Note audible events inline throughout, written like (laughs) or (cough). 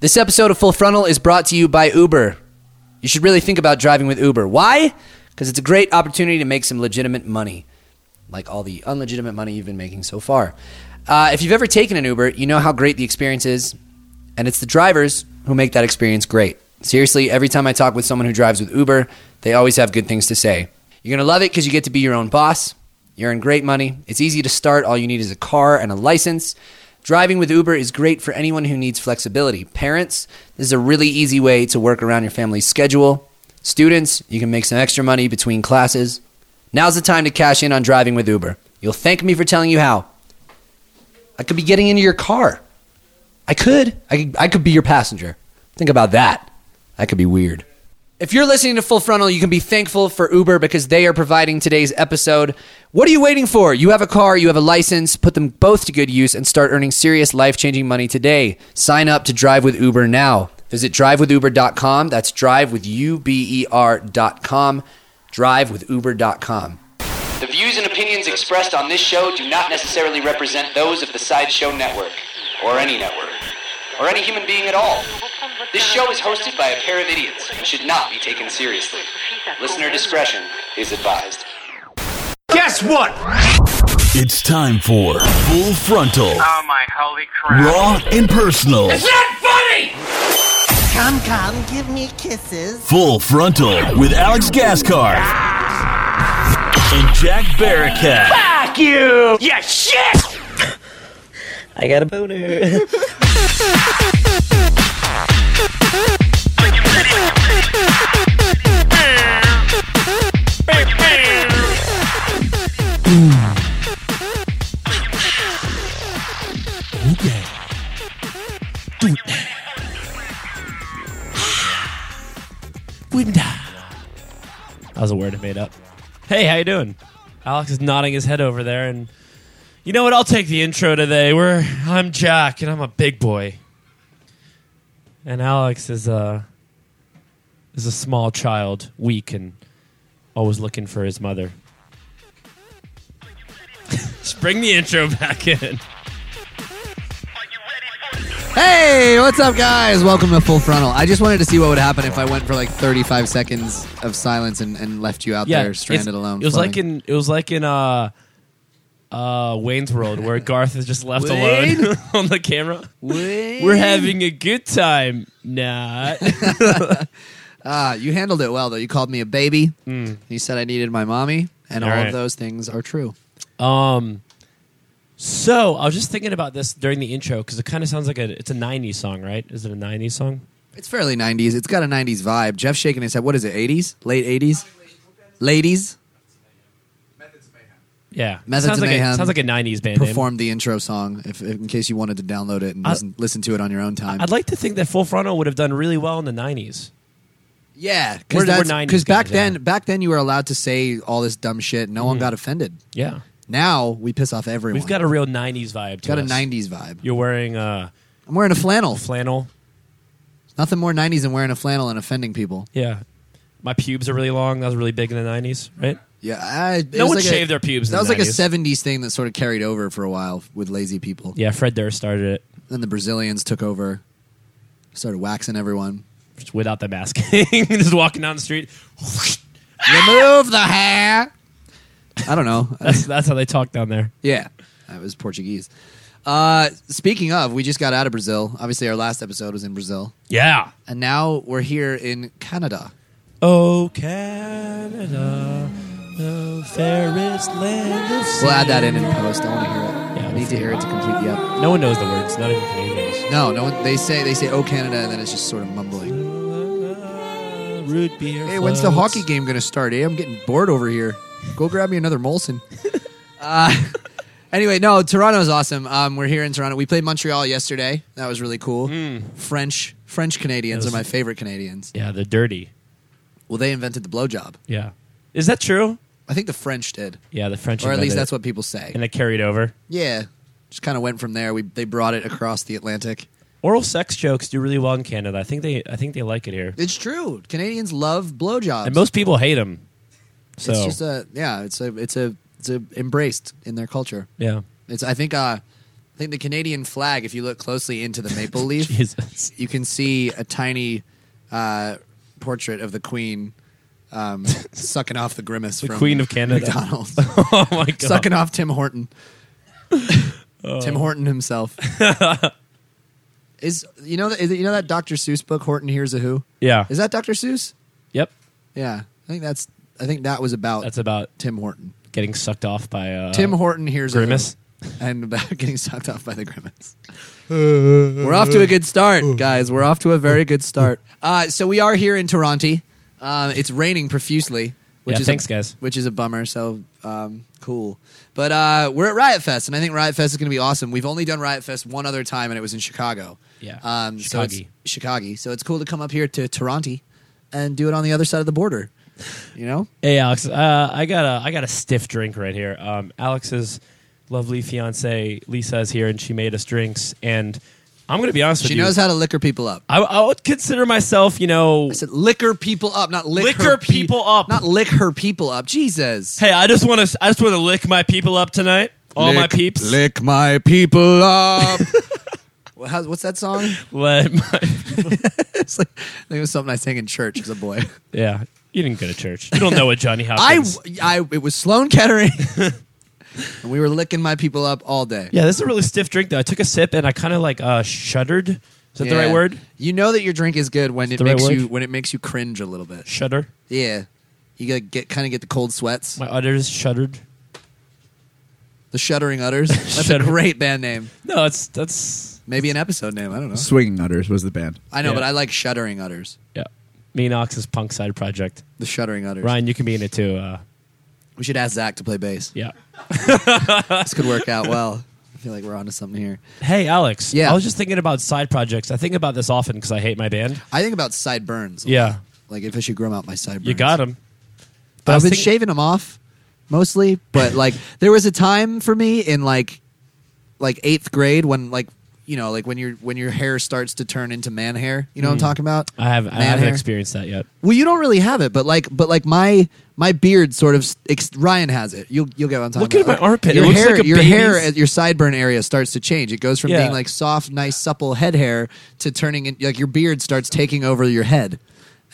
This episode of Full Frontal is brought to you by Uber. You should really think about driving with Uber. Why? Because it's a great opportunity to make some legitimate money, like all the unlegitimate money you've been making so far. Uh, if you've ever taken an Uber, you know how great the experience is, and it's the drivers who make that experience great. Seriously, every time I talk with someone who drives with Uber, they always have good things to say. You're going to love it because you get to be your own boss. You earn great money. It's easy to start. All you need is a car and a license. Driving with Uber is great for anyone who needs flexibility. Parents, this is a really easy way to work around your family's schedule. Students, you can make some extra money between classes. Now's the time to cash in on driving with Uber. You'll thank me for telling you how. I could be getting into your car. I could. I could, I could be your passenger. Think about that. That could be weird. If you're listening to Full Frontal, you can be thankful for Uber because they are providing today's episode. What are you waiting for? You have a car, you have a license, put them both to good use and start earning serious life changing money today. Sign up to Drive with Uber now. Visit drivewithuber.com. That's drive with U B E R.com. Drivewithuber.com. The views and opinions expressed on this show do not necessarily represent those of the Sideshow Network, or any network, or any human being at all. This show is hosted by a pair of idiots and should not be taken seriously. Listener discretion is advised. Guess what? It's time for Full Frontal, Oh my holy crap. Raw and Personal. Not funny! Come, come, give me kisses. Full Frontal with Alex Gascar and Jack Barricat. Fuck you! Yeah, shit! I got a boner. That was a word I made up. Hey, how you doing? Alex is nodding his head over there, and you know what? I'll take the intro today. We're I'm Jack, and I'm a big boy, and Alex is a is a small child, weak, and always looking for his mother. (laughs) Just bring the intro back in. Hey, what's up, guys? Welcome to Full Frontal. I just wanted to see what would happen if I went for like 35 seconds of silence and, and left you out there it's- stranded alone. It was floating. like in it was like in uh uh Wayne's World where Garth is just left alone (laughs) on the camera. We're having a good time. Nah. Ah, you handled it well though. You called me a baby. You said I needed my mommy, and all, Hmm. All of right. those things are true. um so I was just thinking about this during the intro because it kind of sounds like a it's a '90s song, right? Is it a '90s song? It's fairly 90s. It's got a 90s vibe. Jeff's shaking his head. What is it? 80s? Late 80s? Ladies Yeah, It Methods sounds of like Mayhem a, sounds like a '90s band. name. performed the intro song. If, in case you wanted to download it and I- listen, listen to it on your own time. I'd like to think that Full Frontal would have done really well in the '90s. yeah, We're- because we're 90s back guys, yeah. then, back then you were allowed to say all this dumb shit. No one got offended. Yeah, Now we piss off everyone. we've got a real '90s vibe. To got a us. 90s vibe. You're wearing uh, I'm wearing a flannel. flannel. Nothing more 90s than wearing a flannel and offending people. Yeah. My pubes are really long. That was really big in the 90s, right? Yeah, I, it No was one like a- shaved their pubes in That the was like a 90s. '70s thing that sort of carried over for a while with lazy people. Yeah, Fred Durst started it Then the Brazilians took over, started waxing everyone. just without the mask. (laughs) just walking down the street. Remove the hair. I don't know. Uh, That's, that's how they talk down there. yeah, that was Portuguese. Uh, speaking of, we just got out of Brazil. Obviously, our last episode was in Brazil, Yeah. and now we're here in Canada. Oh, Canada, the fairest land of We'll add that in in post. I want to hear it. Yeah, I need to hear it to complete the up. No one knows the words, not even Canadians. No, no. One, they say they say "Oh Canada," and then it's just sort of mumbling. Root beer. Hey, when's the floats. hockey game going to start? Eh? I'm getting bored over here. Go grab me another Molson. (laughs) uh, anyway, no, Toronto's awesome. Um, we're here in Toronto. We played Montreal yesterday. That was really cool. Hmm. French French Canadians That was- are my favorite Canadians. Yeah, the dirty. Well, they invented the blowjob. Yeah. Is that true? I think the French did, Yeah, the French. or at least invented that's it. what people say. And it carried over. Yeah, just kind of went from there. We they brought it across the Atlantic. Oral sex jokes do really well in Canada. I think they, I think they like it here. It's true. Canadians love blowjobs. And most people hate them. So it's just a yeah. It's a it's a it's a embraced in their culture. yeah, (laughs) It's I think uh I think the Canadian flag, if you look closely into the maple leaf, Jesus. (laughs) you can see a tiny uh, portrait of the Queen (laughs) um, sucking off the grimace The from Queen of Canada. (laughs) McDonald's, (laughs) oh my god. sucking off Tim Horton, Oh. Tim Horton (laughs) himself. is you know is, it- you know that Dr. Seuss book Horton Hears a Who? Yeah. (laughs) Is that Dr. Seuss? Yep. Yeah, I think that's I think that was about That's about Tim Horton. getting sucked off by uh, Tim Horton hears Grimace. a who, and about (laughs) getting sucked off by the grimace. Uh, we're off to a good start, guys. We're off to a very good start. Uh, so we are here in Toronto. Uh, it's raining profusely, which Yeah, is thanks, a, guys. Which is a bummer. So um, cool, but uh, we're at Riot Fest, and I think Riot Fest is going to be awesome. We've only done Riot Fest one other time, and it was in Chicago. Yeah. um, so it's Chicago. Chicago. So it's cool to come up here to Toronto and do it on the other side of the border. You know. Hey Alex, uh, I got a I got a stiff drink right here. Um, Alex's lovely fiance Lisa is here, and she made us drinks. And I'm gonna be honest with She you. knows how to liquor people up. I, I would consider myself, you know. I said liquor people up, not lick Liquor her pe- people up. not lick her people up. Jesus, Hey, I just want to I just want to lick my people up tonight. All my peeps. lick my people up. (laughs) Well, how- what's that (laughs) song? Let my, (laughs) It's like, I think it was something I sang in church as a boy. yeah, you didn't go to church. You don't know what Johnny (laughs) I, Hopkins. I it was Sloan Kettering, (laughs) and we were licking my people up all day. yeah, this is a really stiff drink though. I took a sip and I kind of like uh, shuddered. Is that the Yeah. right word? You know that your drink is good when it the right makes word? you when it makes you cringe a little bit. Shudder. Yeah, you gotta get kind of get the cold sweats, My udders shuddered. the (laughs) shuddering udders. That's Shudder- a great band name. No, it's that's Maybe an episode name. I don't know. Swinging Utters was the band. I know, Yeah. but I like shuddering udders. yeah. Me and Ox's punk side project. The shuddering udders. Ryan, you can be in it too. Uh, We should ask Zach to play bass. yeah. This could work out well. I feel like we're onto something here. Hey, Alex. Yeah. I was just thinking about side projects. I think about this often because I hate my band. I think about sideburns. Yeah. Like if I should grow out my sideburns. You got him. But I I've was been thinking- shaving them off mostly, (laughs) but like there was a time for me in like like eighth grade when like you know like when your when your hair starts to turn into man hair. You know what I'm talking about? Mm. I have I Man haven't hair. experienced that yet. Well, you don't really have it, but like, but like my my beard sort of ex- Ryan has it. You'll you'll get what I'm talking Look at about. my armpit. It Your looks hair, like a your hair baby's- at your sideburn area starts to change. It goes from Yeah. being like soft, nice, supple head hair to turning in, like your beard starts taking over your head.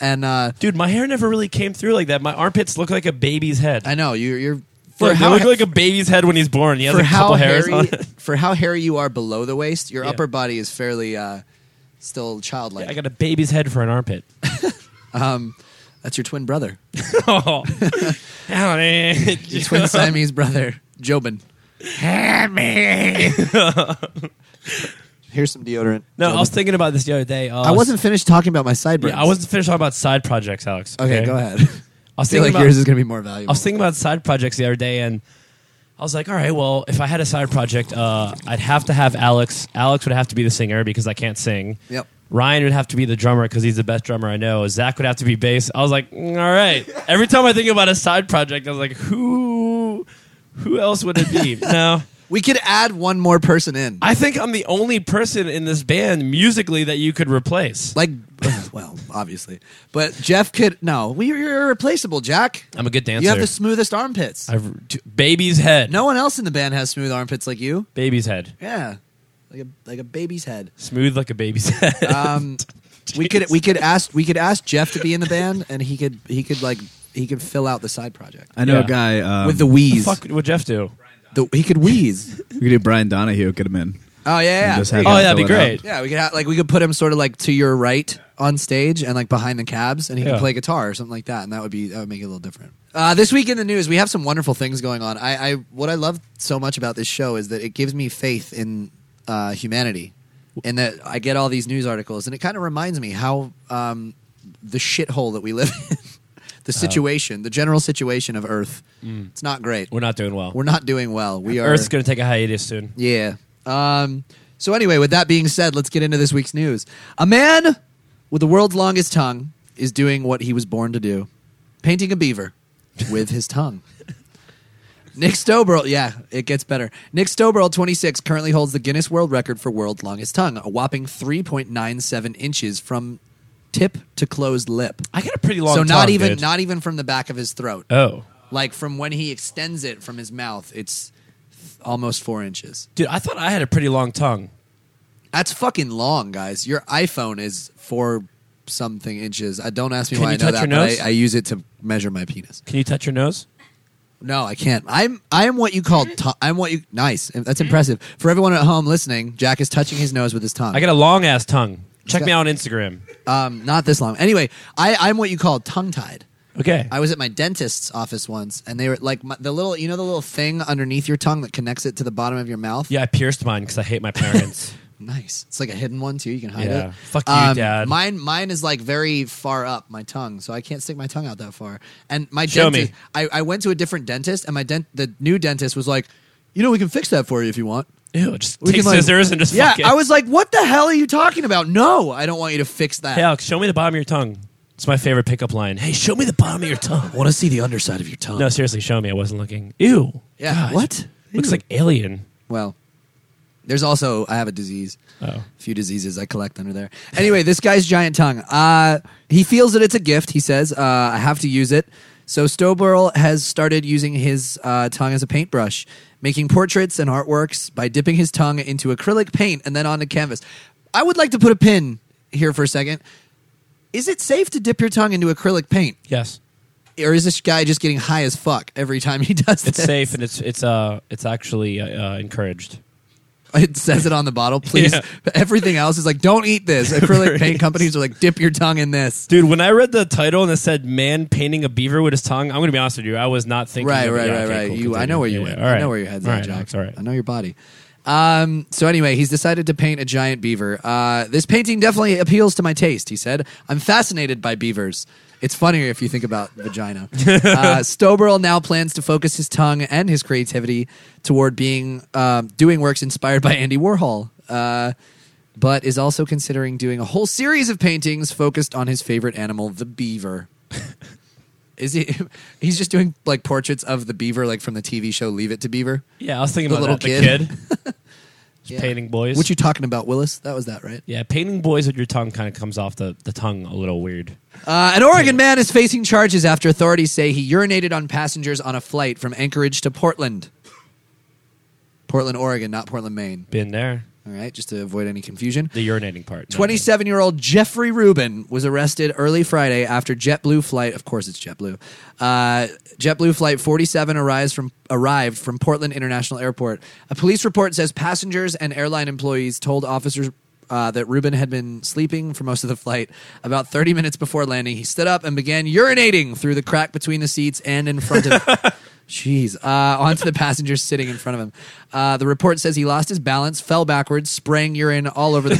And uh, Dude, my hair never really came through like that. My armpits look like a baby's head. I know you, you're Look, they look he- like a baby's head when he's born. He has (laughs) for a couple how hairs on hairy it. (laughs) for how hairy you are below the waist, your Yeah. upper body is fairly uh, still (laughs) childlike. I got a baby's head for an armpit. That's your twin brother, oh. man. your twin Siamese brother, Jobin. (laughs) Here's some deodorant. No, I was thinking about this the other day. Uh, I wasn't finished talking about my sideburns. Yeah, I wasn't finished talking about side projects, Alex. Okay, (laughs) go ahead. I was I feel thinking like about, yours is going to be more I valuable. was thinking about side projects the other day, and I was like, all right, well, if I had a side project, uh, I'd have to have Alex. Alex would have to be the singer because I can't sing. Yep. Ryan would have to be the drummer because he's the best drummer I know. Zach would have to be bass. I was like, mm, all right. Every time I think about a side project, I was like, who, who else would it (laughs) be? no, we could add one more person in. I think I'm the only person in this band musically that you could replace. like, (laughs) well, obviously, but Jeff could. No, we, you're irreplaceable, Jack. I'm a good dancer. You have the smoothest armpits. I've, t- baby's head. no one else in the band has smooth armpits like you. Baby's head. Yeah, like a like a baby's head. Smooth like a baby's (laughs) head. Um, we could we could ask we could ask Jeff to be in the band, and he could he could like he could fill out the side project I know Yeah. a guy um, with the wheeze. Fuck would Jeff do? Oh, The- he could (laughs) wheeze. We could do Brian Donahue. Get him in. Oh yeah, yeah. Just have Oh, him that'd be fill it out. great. Yeah, we could have, like we could put him sort of like to your right on stage and like behind the cabs, and he Yeah. could play guitar or something like that, and that would be that would make it a little different. Uh, this week in the news, we have some wonderful things going on. I, I what I love so much about this show is that it gives me faith in uh, humanity, and that I get all these news articles, and it kind of reminds me how um, the shithole that we live (laughs) in, the situation, the general situation of Earth. It's not great. Mm. We're not doing well. We're not doing well. We are. Earth's going to take a hiatus soon. Yeah. Um, so anyway, with that being said, let's get into this week's news. A man with the world's longest tongue is doing what he was born to do: painting a beaver with (laughs) his tongue. Nick Stoberl, yeah, it gets better. Nick Stoberl, 26, currently holds the Guinness World Record for world's longest tongue, a whopping 3.97 inches from tip to closed lip. I got a pretty long. so not tongue, even dude. not even from the back of his throat Oh, like from when he extends it from his mouth it's almost four inches. Dude, I thought I had a pretty long tongue. That's fucking long, guys. Your iPhone is four something inches. I don't ask me Can why you I know touch that, your nose? but I, I use it to measure my penis. Can you touch your nose? No, I can't. I'm I am what you call i I'm what you nice. That's impressive for everyone at home listening. Jack is touching his nose with his tongue. I got a long ass tongue. Check got- me out on Instagram. um, not this long. Anyway, I I'm what you call tongue tied. Okay. I was at my dentist's office once, and they were like my, the little you know the little thing underneath your tongue that connects it to the bottom of your mouth. yeah, I pierced mine because I hate my (laughs) parents. Nice. It's like a hidden one too. You can hide Yeah. it. Um, Fuck you, Dad. Mine, mine is like very far up my tongue, so I can't stick my tongue out that far. And my Show dentist, me. I, I went to a different dentist, and my dent, the new dentist was like, "You know, we can fix that for you if you want." Ew, just We take can, like- scissors and just yeah. fuck it. I was like, "What the hell are you talking about?" No, I don't want you to fix (laughs) that. Hey, Alex, show me the bottom of your tongue. It's my favorite pickup line. Hey, show me the bottom of your tongue. I want to see the underside of your tongue. No, seriously, show me. I wasn't looking. Ew. Yeah, Gosh. what? Looks Ew. like alien. Well, there's also I have a disease. Oh. A few diseases I collect under there. Anyway, this guy's giant tongue. Uh, he feels that it's a gift. He says, uh, "I have to use it." So Stoberl has started using his uh, tongue as a paintbrush, making portraits and artworks by dipping his tongue into acrylic paint and then onto canvas. I would like to put a pin here for a second. Is it safe to dip your tongue into acrylic paint, Yes. or is this guy just getting high as fuck every time he does It's (laughs) this? safe and it's it's uh it's actually uh, uh, encouraged. (laughs) It says it on the bottle, please. Yeah. But Everything else is like, don't eat this. Acrylic paint companies are like, dip your tongue in this. Dude, when I read the title and it said "man painting a beaver with his tongue," I'm gonna be honest with you, I was not thinking. Right, of it. right, Yeah, right, okay, right. cool, you, I continue. know where you Yeah, went. yeah, all I know right. where your head's all at, right, Jack. Alex, all right. I know your body. Um, so anyway, he's decided to paint a giant beaver. Uh, this painting definitely appeals to my taste, he said. I'm fascinated by beavers. It's funnier if you think about (laughs) vagina. Uh, Stoberl now plans to focus his tongue and his creativity toward being um, doing works inspired by Andy Warhol. Uh, but is also considering doing a whole series of paintings focused on his favorite animal, the beaver. Is he? (laughs) He's just doing like portraits of the beaver, like from the TV show Leave It to Beaver. Yeah, I was thinking The about little that. The kid. kid. (laughs) Just Painting boys. What you talking about, Willis? That was that, right? yeah, painting boys with your tongue kind of comes off the, the tongue a little weird. Uh, an Oregon man is facing charges after authorities say he urinated on passengers on a flight from Anchorage to Portland. Portland, Oregon, not Portland, Maine. Been there. All right, just to avoid any confusion. The urinating part. 27 year old Jeffrey Rubin was arrested early Friday after JetBlue flight, of course it's JetBlue, uh, JetBlue flight 47 arrives from, arrived from Portland International Airport. A police report says passengers and airline employees told officers. Uh, that Rubin had been sleeping for most of the flight. About 30 minutes before landing, he stood up and began urinating through the crack between the seats and in front of Jeez. Uh, onto the passengers sitting in front of him. Uh, the report says he lost his balance, fell backwards, spraying urine all over the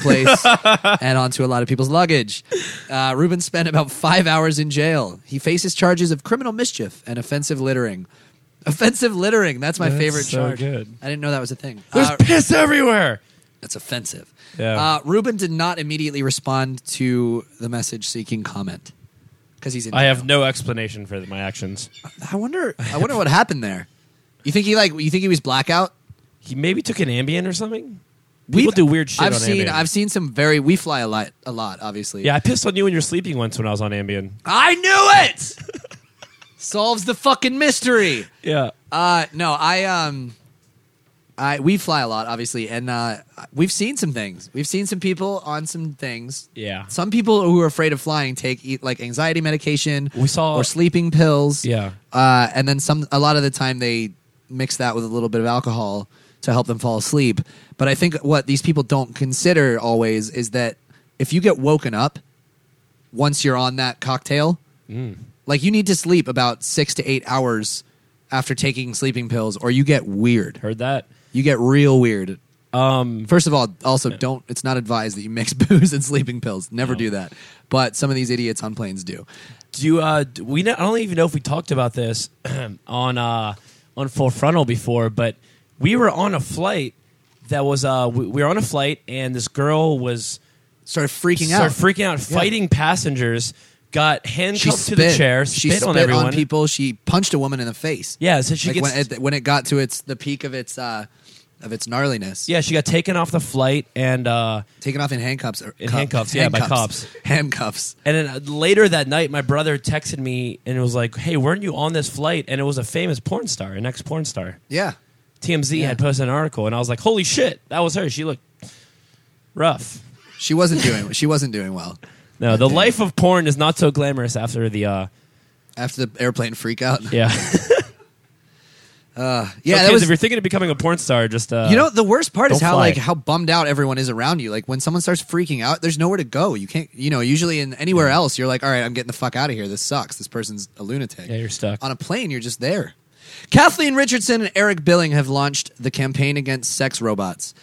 (laughs) place and onto a lot of people's luggage. Uh, Ruben spent about five hours in jail. He faces charges of criminal mischief and offensive littering. Offensive littering. That's my That's favorite so charge. good. I didn't know that was a thing. There's Uh, piss everywhere. that's offensive. Yeah. Uh, Ruben did not immediately respond to the message seeking comment because he's in I have jail. no explanation for my actions. I wonder. I wonder what happened there. You think he like? You think he was blackout? He maybe took an Ambien or something. People do weird shit I've on seen. Ambien. I've seen some very. We fly a lot. A lot, obviously. yeah, I pissed on you when you were sleeping once when I was on Ambien. I knew it. (laughs) Solves the fucking mystery. Yeah. Uh, no, I um, I we fly a lot, obviously, and uh, we've seen some things. We've seen some people on some things. Yeah. Some people who are afraid of flying take eat, like anxiety medication. We saw- or sleeping pills. Yeah. Uh, and then some. A lot of the time they mix that with a little bit of alcohol to help them fall asleep. But I think what these people don't consider always is that if you get woken up once you're on that cocktail, like you need to sleep about six to eight hours after taking sleeping pills, or you get weird. Heard that? You get real weird. Um, First of all, also don't. It's not advised that you mix (laughs) booze and sleeping pills. Never do that. But some of these idiots on planes do. Do you, uh, do we not, I don't even know if we talked about this (clears throat) on uh, on Full Frontal before, but we were on a flight that was uh, we, we were on a flight and this girl was Started freaking started out. freaking out, fighting passengers, got she handcuffed spit. to the chair, she spit, spit on everyone. people. She punched a woman in the face. Yeah, so she like gets when, it, when it got to its the peak of its uh, of its gnarliness. yeah she got taken off the flight and uh, Taken off in handcuffs. Or In cuff- handcuffs, yeah, by cops. (laughs) Handcuffs. And then uh, later that night, my brother texted me and was like, "Hey, weren't you on this flight?" And it was a famous porn star, an ex porn star. Yeah. TMZ had posted an article, and I was like, "Holy shit, that was her! She looked rough." She wasn't doing. She wasn't doing well No, the life of porn is not so glamorous after the uh, after the airplane freak out. Yeah, yeah. (laughs) So that kids, was. if you're thinking of becoming a porn star, just uh, You know, the worst part is Don't how fly. like how bummed out everyone is around you. Like when someone starts freaking out, there's nowhere to go. You can't. You know, usually in anywhere else, you're like, all right, I'm getting the fuck out of here. This sucks. This person's a lunatic. Yeah, you're stuck. On a plane, you're just there. Kathleen Richardson and Eric Billing have launched the campaign against sex robots,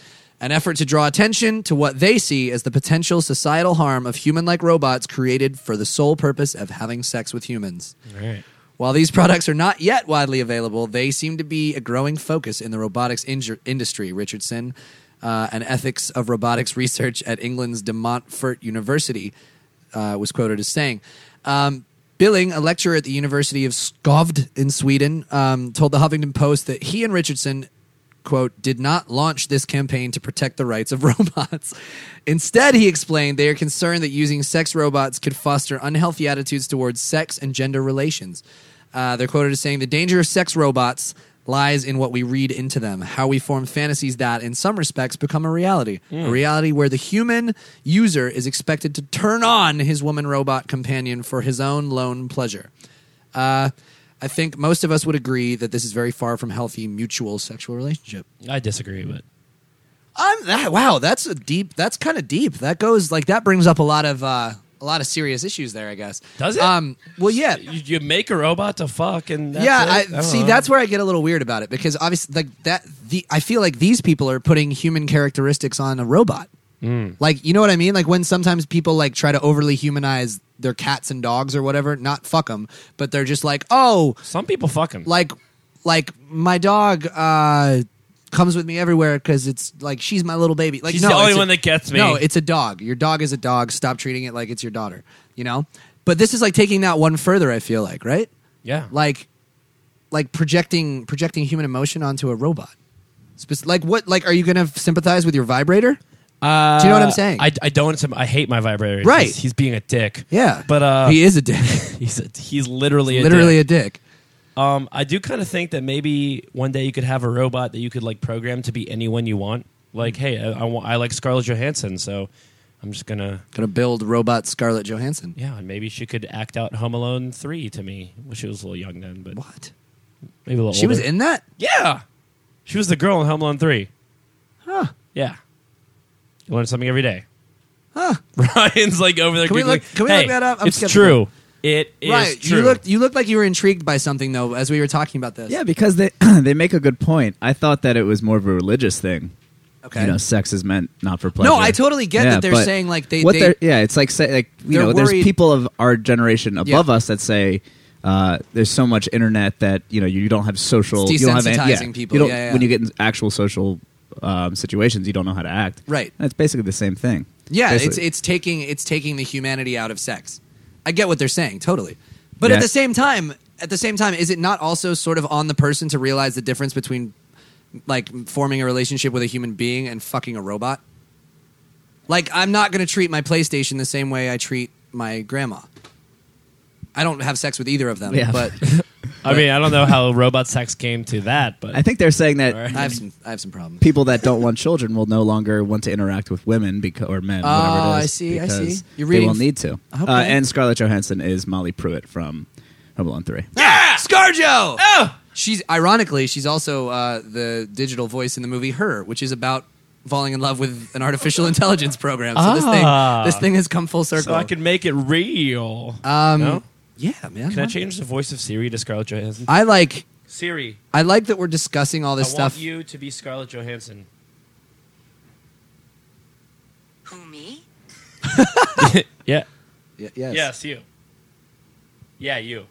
an effort to draw attention to what they see as the potential societal harm of human-like robots created for the sole purpose of having sex with humans. Right. While these products are not yet widely available, they seem to be a growing focus in the robotics inju- industry. Richardson, uh, an ethics of robotics research at England's De Montfort University, uh, was quoted as saying. Um, Billing, a lecturer at the University of Skövde in Sweden, um, told the Huffington Post that he and Richardson quote, did not launch this campaign to protect the rights of (laughs) robots. Instead, he explained, they are concerned that using sex robots could foster unhealthy attitudes towards sex and gender relations. Uh, they're quoted as saying, the danger of sex robots lies in what we read into them, how we form fantasies that, in some respects, become a reality. A reality where the human user is expected to turn on his woman robot companion for his own lone pleasure. Uh, I think most of us would agree that this is very far from healthy mutual sexual relationship. I disagree, but I'm that, wow, that's a deep. That's kind of deep. That goes like that brings up a lot of uh, a lot of serious issues there. I guess. Does it? Um. Well, yeah. you, you make a robot to fuck, and that's yeah, I, it? don't see. know. That's where I get a little weird about it because obviously, like that, the I feel like these people are putting human characteristics on a robot. Mm. Like, you know what I mean? Like when sometimes people like try to overly humanize their cats and dogs or whatever. Not fuck them, but they're just like, oh, some people fuck him. like like my dog uh comes with me everywhere because it's like she's my little baby like She's no, the only it's a- one that gets me. no it's a dog your dog is a dog stop treating it like it's your daughter you know but this is like taking that one further i feel like right yeah, like like projecting projecting human emotion onto a robot Spec- like what like are you gonna sympathize with your vibrator Uh, Do you know what I'm saying? I, I don't. I hate my vibrator. Right. He's, he's being a dick. yeah But uh, he is a dick (laughs) He's a, he's literally a literally dick. a dick Um, I do kind of think that maybe one day you could have a robot that you could like program to be anyone you want. Like, hey, I, I, want, I like Scarlett Johansson, so I'm just gonna gonna build robot scarlett johansson yeah. And maybe she could act out Home Alone three to me. Well, she was a little young then, but what maybe a little. she was older. in that Yeah, she was the girl in Home Alone three. Huh? Yeah. You wanted something every day. Huh? (laughs) Ryan's like over there. Can we Googling, look- can we hey, look that up? I'm it's skeptical. true. It is right true. you looked you looked like you were intrigued by something though as we were talking about this Yeah, because they (clears throat) they make a good point. I thought that it was more of a religious thing. okay You know, sex is meant not for pleasure. I totally get that they're but saying, like, they- what they- they're- yeah, it's like say like you They're know, worried- there's people of our generation above Yeah. us that say. Uh, there's so much internet that you know you don't have social. It's you don't have any- desensitizing yeah, people. You don't, Yeah, yeah, yeah. When you get in actual social um, situations, you don't know how to act. Right. And it's basically the same thing. yeah it's Basically. it's taking it's taking the humanity out of sex i get what they're saying totally but at Yeah. the same time at the same time is it not also sort of on the person to realize the difference between like forming a relationship with a human being and fucking a robot like i'm not going to treat my playstation the same way i treat my grandma i don't have sex with either of them Yeah. (laughs) but I mean, I don't know how robot sex came to that, but I think they're saying that All i have some i have some problems people that don't want children will no longer want to interact with women beca- or men. Oh, whatever it I is, see, I see. because You're They reading will f- need to. Okay. Uh, and Scarlett Johansson is Molly Pruitt from Home Alone Three. Yeah, ScarJo. Oh, she's ironically she's also uh, the digital voice in the movie Her, which is about falling in love with an (laughs) artificial intelligence program. So Ah. this thing this thing has come full so circle. I can make it real. um, no? yeah, man. Can I change the voice of Siri to Scarlett Johansson? I like Siri, I like that we're discussing all I this stuff. want you to be Scarlett Johansson. Who, me? Yeah. Y- yes. Yes, you. Yeah, you.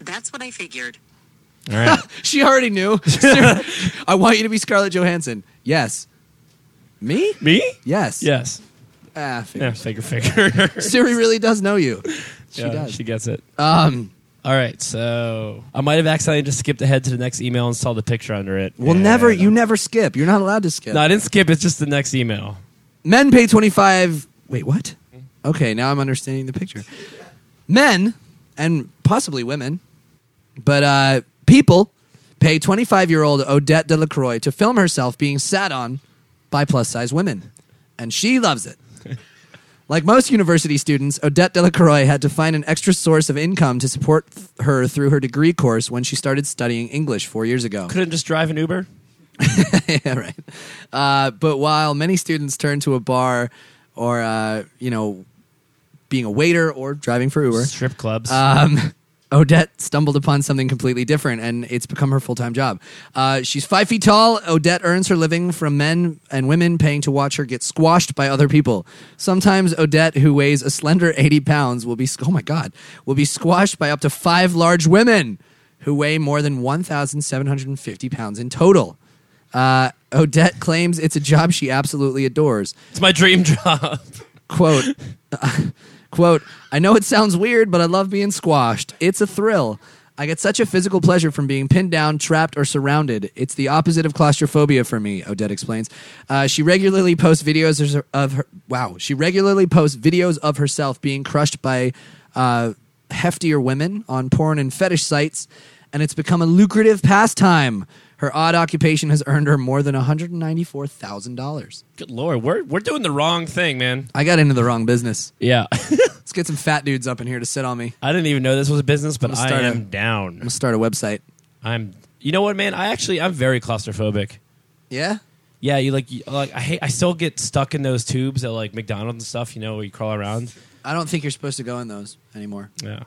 That's what I figured. All right. (laughs) She already knew. (laughs) I want you to be Scarlett Johansson. Yes. Me? (laughs) Me? Yes. Yes. Ah, Yeah, figures. figure, figure. Siri really does know you. She Yeah, does. She gets it. um. All right, so I might have accidentally just skipped ahead to the next email and saw the picture under it. Well, And- never. You never skip. You're not allowed to skip. No, I didn't skip. It's just the next email. Men pay 25. Wait, what? Okay, now I'm understanding the picture. Men and possibly women, but uh, people pay 25 year old Odette DeLaCroix to film herself being sat on by plus size women. And she loves it. like most university students, Odette DeLaCroix had to find an extra source of income to support th- her through her degree course when she started studying English four years ago. Couldn't just drive an Uber. (laughs) yeah, right. Uh, but while many students turn to a bar or, uh, you know, being a waiter or driving for Uber, Strip clubs. um, (laughs) Odette stumbled upon something completely different, and it's become her full time job. Uh, she's five feet tall. Odette earns her living from men and women paying to watch her get squashed by other people. Sometimes Odette, who weighs a slender eighty pounds, will be oh my god, will be squashed by up to five large women who weigh more than one thousand seven hundred and fifty pounds in total. Uh, Odette claims it's a job she absolutely adores it's my dream (laughs) job. quote (laughs) quote i know it sounds weird but i love being squashed it's a thrill i get such a physical pleasure from being pinned down trapped or surrounded it's the opposite of claustrophobia for me odette explains uh, she regularly posts videos of her, of her wow she regularly posts videos of herself being crushed by uh, heftier women on porn and fetish sites and it's become a lucrative pastime her odd occupation has earned her more than $194000 Good lord, we're we're doing the wrong thing, man. i got into the wrong business (laughs) Yeah, Let's get some fat dudes up in here to sit on me. I didn't even know this was a business, but I'm gonna I start am a- I'm down. gonna start a website. I'm. You know what, man? I actually I'm very claustrophobic. Yeah, Yeah, you like you, like I hate. I still get stuck in those tubes at like McDonald's and stuff. You know, where you crawl around. I don't think you're supposed to go in those anymore. Yeah,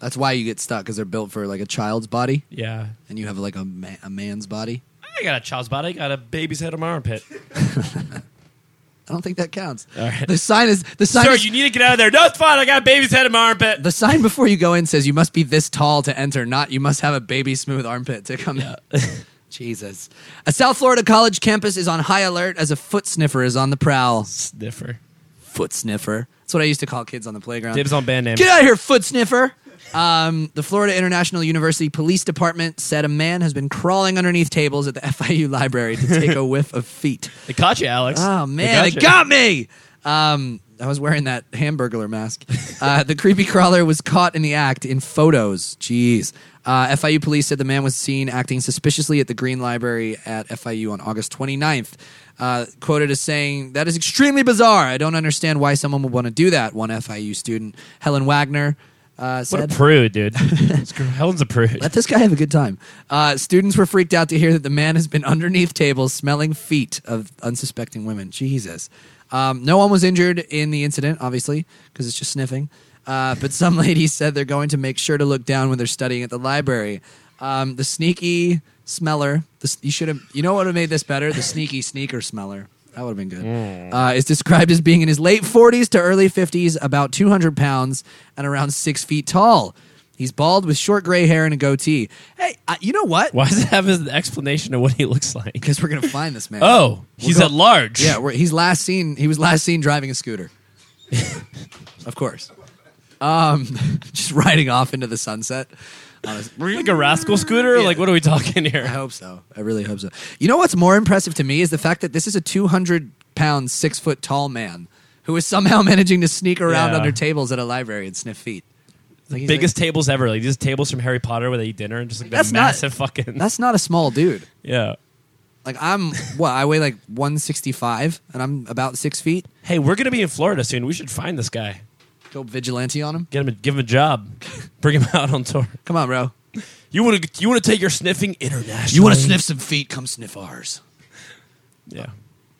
That's why you get stuck because they're built for like a child's body, yeah. and you have like a ma- a man's body. I got a child's body. I got a baby's head on my armpit. I don't think that counts. All right. The sign is the sign. Sir, is- you need to get out of there. No, it's fine. I got a baby's head in my armpit. the sign before you go in says you must be this tall to enter, not you must have a baby smooth armpit to come in. (laughs) Jesus. A South Florida college campus is on high alert as a foot sniffer is on the prowl. Sniffer. Foot sniffer. That's what I used to call kids on the playground. Dibs on band name. Get out of here, foot sniffer. Um, the Florida International University Police Department said a man has been crawling underneath tables at the FIU library to take a (laughs) whiff of feet. They caught you, Alex. Oh man, they it got me. Um, I was wearing that (laughs) hamburglar mask. Uh, the creepy crawler was caught in the act in photos. Jeez. Uh, FIU police said the man was seen acting suspiciously at the Green Library at FIU on August 29th. Uh, quoted as saying, That is extremely bizarre. I don't understand why someone would want to do that, one FIU student. Helen Wagner uh, What a said, prude, (laughs) dude. Helen's a prude. let this guy have a good time. Uh, students were freaked out to hear that the man has been underneath tables smelling feet of unsuspecting women. Jesus. Um, no one was injured in the incident, obviously, because it's just sniffing. Uh, but some (laughs) ladies said they're going to make sure to look down when they're studying at the library. Um, the sneaky smeller, the, s- you should have, you know what would have made this better? The sneaky sneaker smeller. That would have been good. Mm. Uh, is described as being in his late 40s to early 50s, about 200 pounds, and around six feet tall. He's bald with short gray hair and a goatee. Hey, uh, you know what? (laughs) Why does it have an explanation of what he looks like? Because we're gonna find this man. Oh, he's go- at large. yeah, we're, he's last seen. He was last seen driving (laughs) a scooter. of course, um, (laughs) just riding off into the sunset. Honestly, Like a rascal scooter? Or Like, what are we talking I here? hope so. I really hope so. You know what's more impressive to me is the fact that this is a 200 pound, six foot tall man who is somehow (laughs) managing to sneak around Yeah. under tables at a library and sniff feet. Like, (laughs) he's Biggest tables ever. Like, these tables from Harry Potter where they eat dinner and just like That's the not- massive fucking. Like, That's not a small dude. (laughs) yeah. Like I'm (laughs) what I weigh like 165 and I'm about six feet. Hey, we're going to be in Florida soon. We should find this guy. Go vigilante on him. Get him a, give him a job. (laughs) Bring him out on tour. Come on, bro. You want to you want to take your sniffing international? You want to sniff some feet? Come sniff ours. Yeah.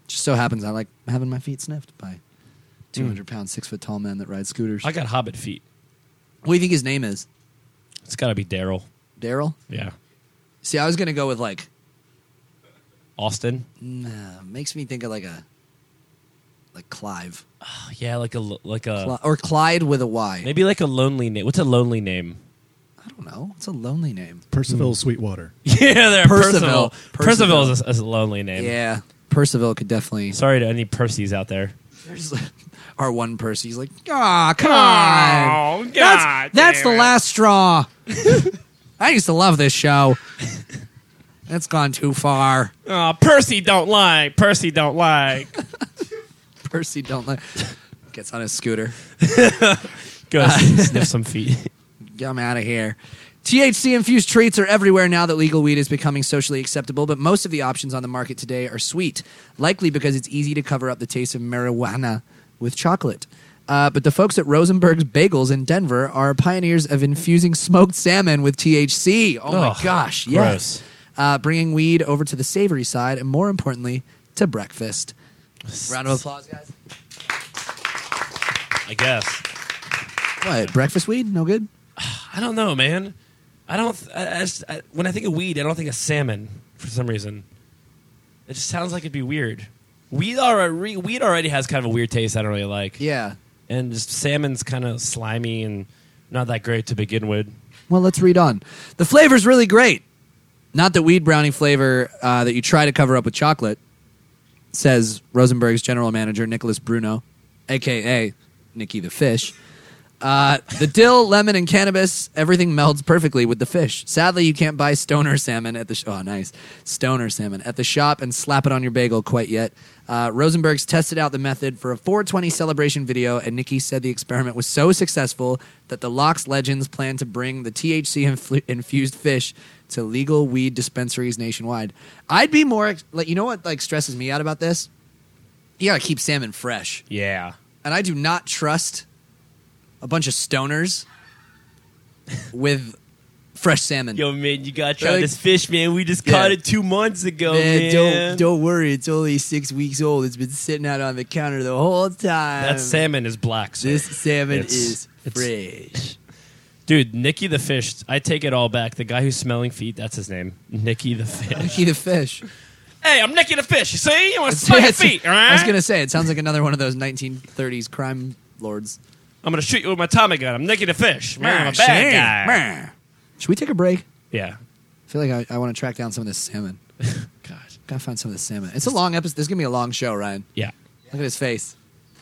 Just so happens I like having my feet sniffed by 200 pound, six foot tall man that rides scooters. I got hobbit feet. what do you think his name is? It's got to be Daryl. Daryl? Yeah. See, I was gonna go with like Austin. nah, Uh, makes me think of like a like Clive Oh, yeah, like a lo- like a Cli- or Clyde with a Y. maybe like a lonely name. What's a lonely name? (laughs) I don't know. It's a lonely name. Percival Sweetwater. Yeah, there. Percival. Percival. Percival. Percival, is, a, is a lonely name. Yeah, Percival could definitely. (laughs) Sorry to any Percys out there. There's (laughs) our one Percy's like, ah, come on. that's that's the last straw. (laughs) I used to love this show. That's gone too far. Oh, Percy don't like. Percy don't like. Percy don't like gets on his scooter. Go sniff some feet. Get him out of here. THC infused treats are everywhere now that legal weed is becoming socially acceptable, but most of the options on the market today are sweet, likely because it's easy to cover up the taste of marijuana with chocolate. Uh, but the folks at Rosenberg's Bagels in Denver are pioneers of infusing smoked salmon with THC. Oh my Ugh, gosh, yes. Uh, bringing weed over to the savory side and, more importantly, to breakfast. Round of applause, guys. I guess. What, breakfast weed? No good? I don't know, man. I don't. th- I, I just, I, when I think of weed, I don't think of salmon for some reason. It just sounds like it'd be weird. Weed already, weed already has kind of a weird taste I don't really like. Yeah. and just salmon's kind of slimy and not that great to begin with. Well, let's read on. The flavor's really great. Not the weed brownie flavor uh, that you try to cover up with chocolate, says Rosenberg's general manager, Nicholas Bruno, a.k.a. Nikki the Fish. Uh, the dill, lemon, and cannabis, everything melds perfectly with the fish. Sadly, you can't buy stoner salmon at the sh- oh, nice stoner salmon at the shop and slap it on your bagel quite yet. Uh, Rosenberg's tested out the method for a 420 celebration video, and Nikki said the experiment was so successful that the Locks legends plan to bring the THC influ- infused fish to legal weed dispensaries nationwide. I'd be more ex- like you know what like stresses me out about this. You gotta keep salmon fresh Yeah, and I do not trust a bunch of stoners with fresh salmon. yo, man, you gotta try Like- this fish, man. We just Yeah. caught it two months ago, man. don't worry, it's only six weeks old. It's been sitting out on the counter the whole time. that salmon is black. sir. salmon It's- is fresh. (laughs) Dude, Nikki the fish. I take it all back. The guy who's smelling feet—that's his name, Nikki the fish. Nikki the fish. (laughs) hey, I'm Nikki the fish. You see, you want to smell your feet? All right? I was gonna say it sounds like another one of those 1930s crime lords. I'm gonna shoot you with my Tommy gun. I'm Nikki the fish. Man, I'm a Salmon. bad guy. Meh. Should we take a break? Yeah. I feel like I, I want to track down some of this salmon. God. Gotta find some of this salmon. It's a long episode. This is gonna be a long show, Ryan. Yeah. Look at his face.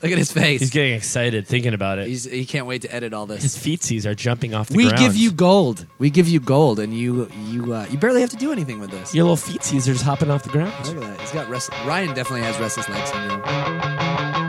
Look at his face. He's getting excited thinking about it. He's, he can't wait to edit all this. his feetsies are jumping off the we ground. give you gold. We give you gold, and you you uh, you barely have to do anything with this. your little feetsies are just hopping off the ground. (laughs) Look at that. He's got rest- Ryan definitely has restless legs syndrome.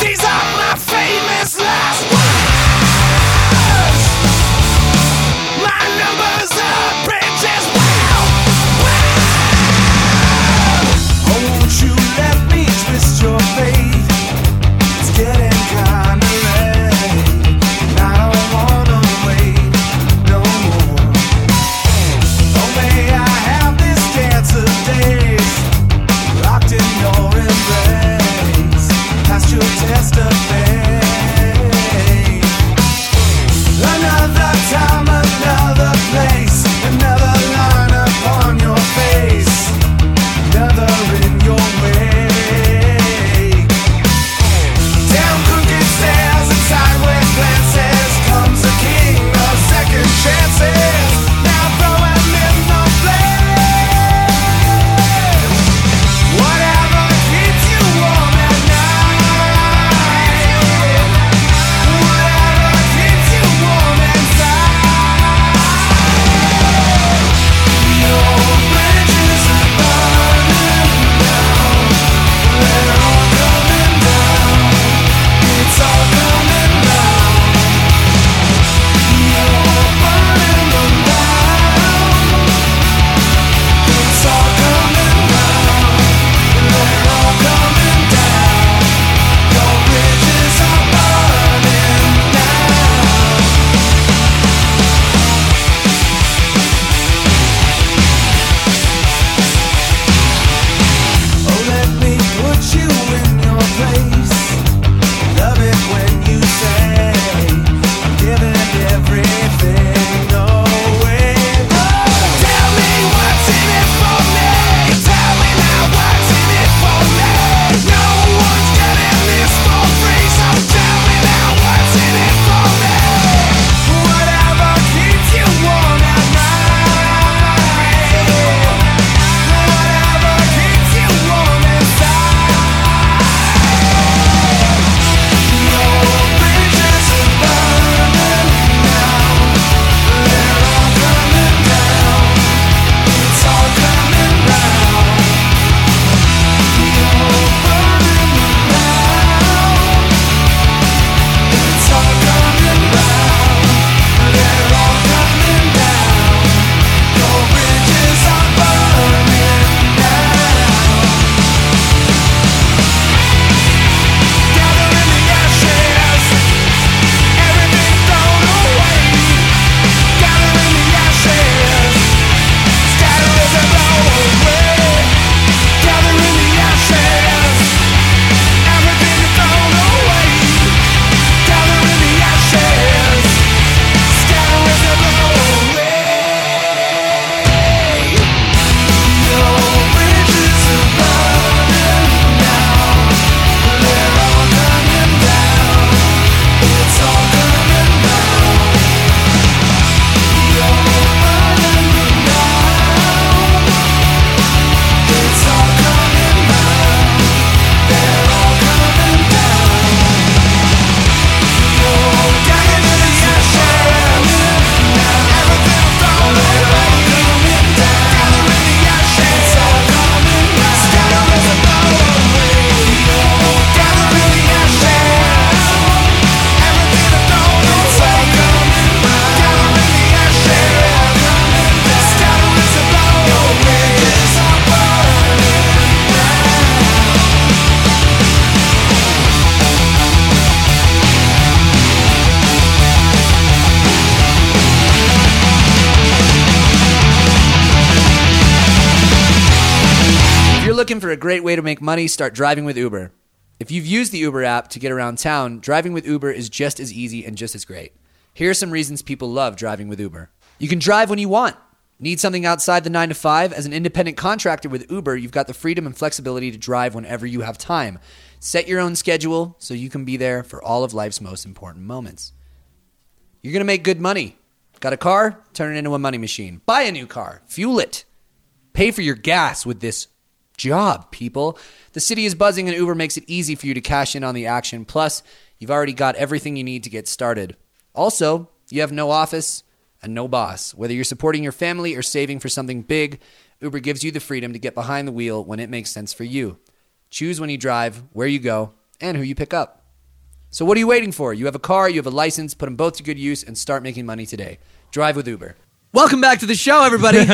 These are my famous last words. My numbers are bridges Oh, Oh, you're looking for a great way to make money, start driving with Uber. If you've used the Uber app to get around town, driving with Uber is just as easy and just as great. Here are some reasons people love driving with Uber. You can drive when you want. Need something outside the 9 to 5? As an independent contractor with Uber, you've got the freedom and flexibility to drive whenever you have time. Set your own schedule so you can be there for all of life's most important moments. You're going to make good money. Got a car? Turn it into a money machine. Buy a new car. Fuel it. Pay for your gas with this job, people. The city is buzzing, and Uber makes it easy for you to cash in on the action. Plus, you've already got everything you need to get started. Also, you have no office and no boss. Whether you're supporting your family or saving for something big, Uber gives you the freedom to get behind the wheel when it makes sense for you. Choose when you drive, where you go, and who you pick up. So, what are you waiting for? You have a car, you have a license, put them both to good use, and start making money today. Drive with Uber. Welcome back to the (laughs) show, everybody.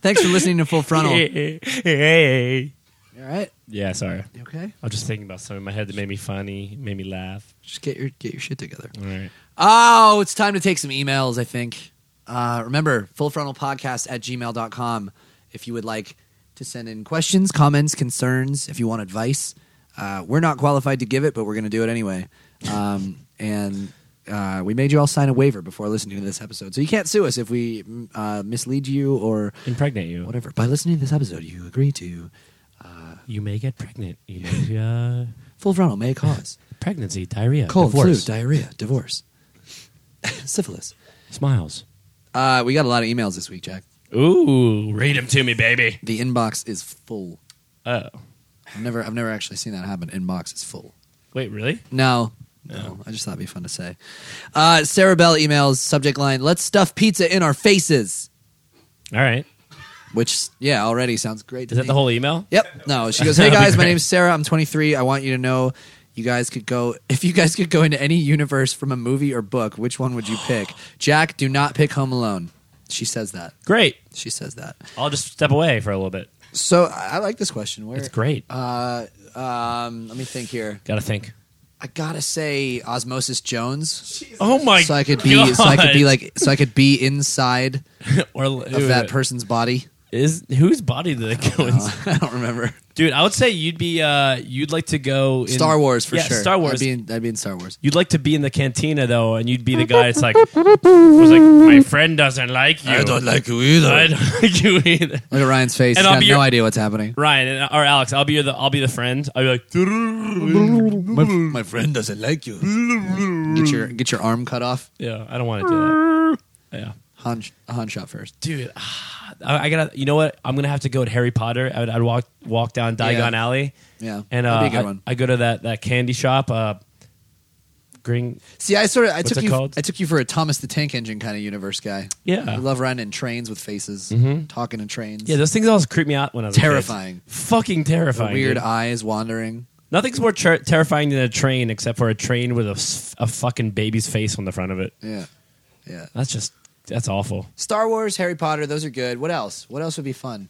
Thanks for listening to Full Frontal. You hey. All right, Yeah, sorry. You okay. I was just thinking about something in my head that made me funny, made me laugh. Just get your get your shit together. All right. Oh, it's time to take some emails, I think. Uh, remember, full frontal podcast at gmail.com if you would like to send in questions, comments, concerns, if you want advice. Uh, we're not qualified to give it, but we're going to do it anyway. Um, and uh, we made you all sign a waiver before listening to this episode. So you can't sue us if we mm, uh, mislead you or Impregnate you. whatever. By listening to this episode, you agree to You may get pregnant. You may, uh, full frontal may cause pregnancy, diarrhea, cold, divorce, flu, diarrhea, divorce, (laughs) syphilis. smiles. Uh, we got a lot of emails this week, Jack. Ooh, read them to me, baby. The inbox is full. Oh, I've never, I've never actually seen that happen. Inbox is full. wait, really? No, no. I just thought it'd be fun to say. Uh, Sarah Bell emails subject line: "Let's stuff pizza in our faces," All right. which yeah, already sounds great. To Is that me. the whole email? Yep. No, (laughs) she goes, "Hey guys, my name's Sarah. I'm 23. I want you to know." You guys could go if you guys could go into any universe from a movie or book. Which one would you (gasps) pick? Jack, do not pick Home Alone. She says that. Great. She says that. I'll just step away for a little bit. So I I like this question. Where It's great. Uh, um, let me think here. Gotta think. I gotta say Osmosis Jones, Oh my! so I could be, so I could be like, so I could be inside (laughs) or of that person's body. (laughs) Is whose body did it go in? I don't remember (laughs) Dude, I would say you'd be uh you'd like to go in, Star Wars for Yeah, sure. Star Wars. I'd be, in, I'd be in Star Wars. you'd like to be in the cantina though, and you'd be the guy that's like (laughs) was like my friend doesn't like you. I don't like you either. I don't (laughs) like you either. Look at Ryan's face. And He's I'll got be no your- idea what's happening. Ryan and, or Alex, I'll be your the I'll be the friend. I'll be like (laughs) My friend doesn't like you. Get your get your arm cut off. yeah, I don't want to do that. Yeah, Han, Han shot first. dude, ah, I, I gotta. You know what? I'm gonna have to go to Harry Potter. I would, I'd walk walk down Diagon Yeah. Alley. Yeah, and that'd uh, be a good I, one. I go to that that candy shop. Uh, Green. See, I sort of I What's took it you called? I took you for a Thomas the Tank Engine kind of universe guy. Yeah. Mm-hmm. I love riding in trains with faces, talking in trains. Yeah, those things always creep me out when I was a kid. Terrifying. Fucking terrifying. weird dude. eyes wandering. Nothing's more ter- terrifying than a train, except for a train with a, s- a fucking baby's face on the front of it. Yeah, yeah. That's just that's awful. Star Wars, Harry Potter, those are good. What else? What else would be fun?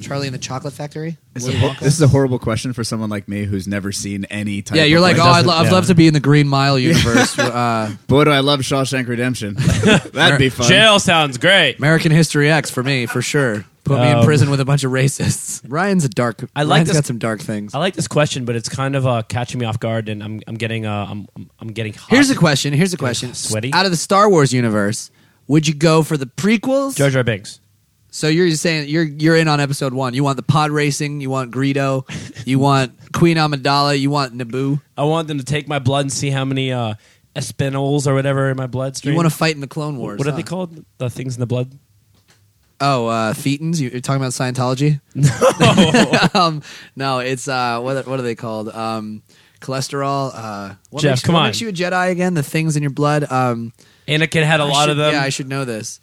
Charlie and the Chocolate Factory. This is, a, hor- this is a horrible question for someone like me who's never seen any type. Yeah, you're of like, like, oh, doesn't- I'd, lo- I'd yeah. love to be in the Green Mile universe. uh, boy, do I love Shawshank (laughs) Redemption. That'd be fun. Jail sounds great. American History X for me, for sure. Put me in Um, prison with a bunch of racists. Ryan's a dark. I like Ryan's this- got some dark things. I like this question, but it's kind of uh, catching me off guard, and I'm I'm getting uh, I'm I'm- I'm getting hot. Here's a question. Here's a question. Sweaty? Out of the Star Wars universe, would you go for the prequels? Jar Jar Binks. So you're just saying you're you're in on episode one. You want the pod racing. You want Greedo. You want Queen Amidala. You want Naboo. I want them to take my blood and see how many uh, espinols or whatever in my bloodstream. You want to fight in the Clone Wars. what are huh? they called? The things in the blood. Oh, uh, Thetans. You- You're talking about (laughs) Scientology? No. (laughs) um, no, it's uh, what, are- what are they called? Um, cholesterol. Uh, what Jeff, makes, come what on. makes you a Jedi again? The things in your blood. Um, Anakin had a I lot should- of them. Yeah, I should know this.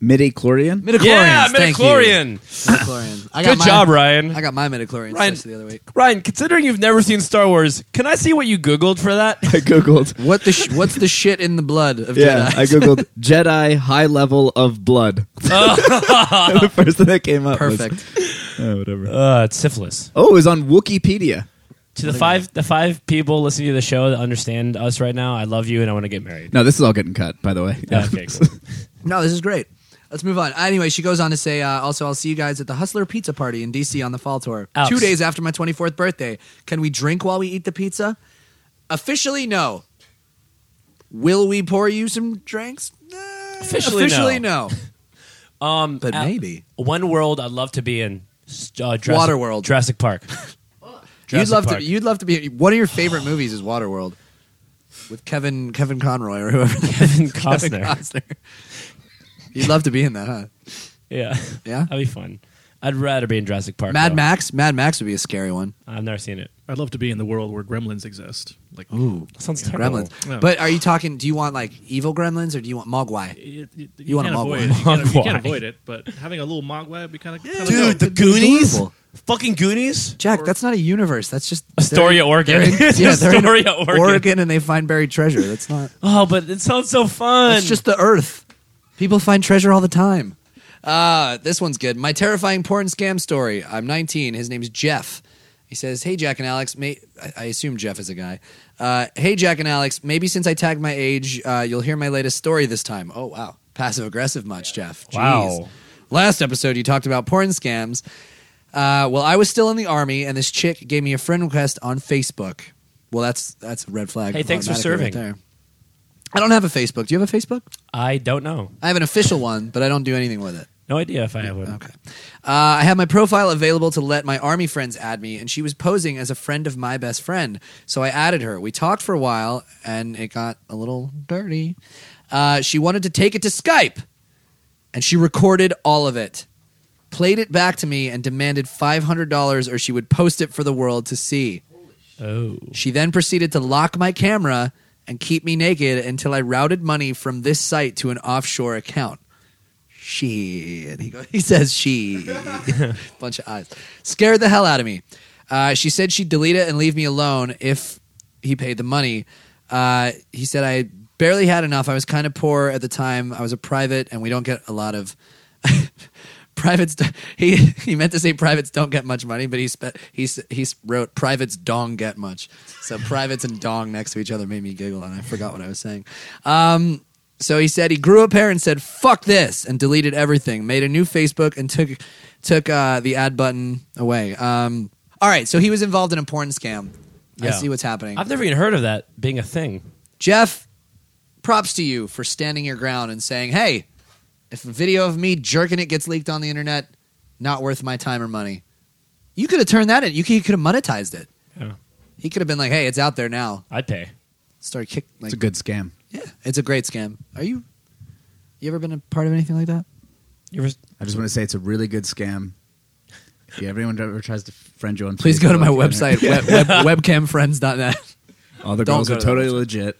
Midichlorian? Midichlorians. Yeah, thank you. midichlorian. Midichlorians. I got Good my- job, Ryan. I got my midichlorians Ryan- tested the other week. Ryan, considering you've never seen Star Wars, can I see what you Googled for (laughs) that? (laughs) I googled. What the sh- what's the shit in the blood of Yeah, Jedi? I googled Jedi high level (laughs) of blood. (laughs) the first thing that came up. was- Perfect. (laughs) Oh, whatever. Uh, it's syphilis. oh, it was on Wikipedia. To the five, the five people listening to the show that understand us (laughs) right now, I love you and I want to get married. (laughs) No, this is all getting cut, by the way. Okay, cool. No, this is great. Let's move on. Anyway, she goes on to say, uh, also, I'll see you guys at the Hustler Pizza Party in DC on the fall tour. Ouch. Two days after my 24th birthday. Can we drink while we eat the pizza? Officially, no. Will we pour you some drinks? Eh, Officially, officially no. (laughs) no. Um, But uh, maybe. one world I'd love to be in. s- Uh, Jurassic, Waterworld. Jurassic Park. (laughs) You'd Jurassic love Park. to. You'd love to be. One of your favorite movies is Waterworld, with Kevin Kevin Conroy or whoever. (laughs) Kevin Kevin Costner. Costner. You'd love to be in that, huh? Yeah, Yeah? that'd be fun. I'd rather be in Jurassic Park. Mad though. Max. Mad Max would be a scary one. I've never seen it. I'd love to be in the world where gremlins exist. Like Ooh, That sounds terrible. Gremlins. Oh, But are you talking? Do you want like evil Gremlins or do you want Mogwai? You, you, You want can't a avoid Mogwai. it. You can't, (laughs) you can't Mogwai. avoid it, but having a little Mogwai would be kind of Dude, the Goonies, fucking Goonies. Jack, that's not a universe. That's just (laughs) Astoria, Oregon. they're in- It's yeah, they're in Astoria, Oregon. and they find buried treasure. That's not. Oh, but it sounds so fun. It's just the earth. People find treasure all the time. Uh, this one's good. My terrifying porn scam story. I'm 19. His name's Jeff. He says, Hey, Jack and Alex. May- I-, I assume Jeff is a guy. Uh, hey, Jack and Alex. Maybe since I tagged my age, uh, you'll hear my latest story this time. Oh, wow. Passive aggressive much, Jeff. Jeez. Wow. Last episode, you talked about porn scams. Uh, well, I was still in the army, and this chick gave me a friend request on Facebook. Well, that's that's a red flag. Hey, thanks for automatically serving. there. I don't have a Facebook. Do you have a Facebook? I don't know. I have an official one, but I don't do anything with it. No idea if I have one. Okay. Uh, I had my profile available to let my army friends add me, and she was posing as a friend of my best friend. So I added her. We talked for a while, and it got a little dirty. Uh, she wanted to take it to Skype, and she recorded all of it, played it back to me, and demanded $500 or she would post it for the world to see. Oh, She then proceeded to lock my camera and keep me naked until I routed money from this site to an offshore account. She and he goes, (laughs) he says she, bunch of eyes, scared the hell out of me. Uh, she said she'd delete it and leave me alone if he paid the money. Uh, he said I barely had enough. I was kind of poor at the time. I was a private, and we don't get a lot of (laughs) privates. He he meant to say privates don't get much money, but he spe- he s- he s- wrote privates don't get much. So privates and dong next to each other made me giggle, and I forgot what I was saying. Um, so he said he grew a pair and said fuck this and deleted everything, made a new Facebook and took took uh, the ad button away. Um, all right, so he was involved in a porn scam. I Yeah. see what's happening. I've never even heard of that being a thing. Jeff, props to you for standing your ground and saying, hey, if a video of me jerking it gets leaked on the internet, not worth my time or money. You could have turned that in. You could have monetized it. Yeah. He could have been like, hey, it's out there now. I'd pay. Start kick. Like, It's a good scam. yeah, it's a great scam. Are you? You ever been a part of anything like that? You were, I just want to say it's a really good scam. If you- everyone ever tries to friend you on, Please go to my Facebook, website, web, (laughs) web, webcamfriends.net. All Oh, the Don't girls go are to the totally legit.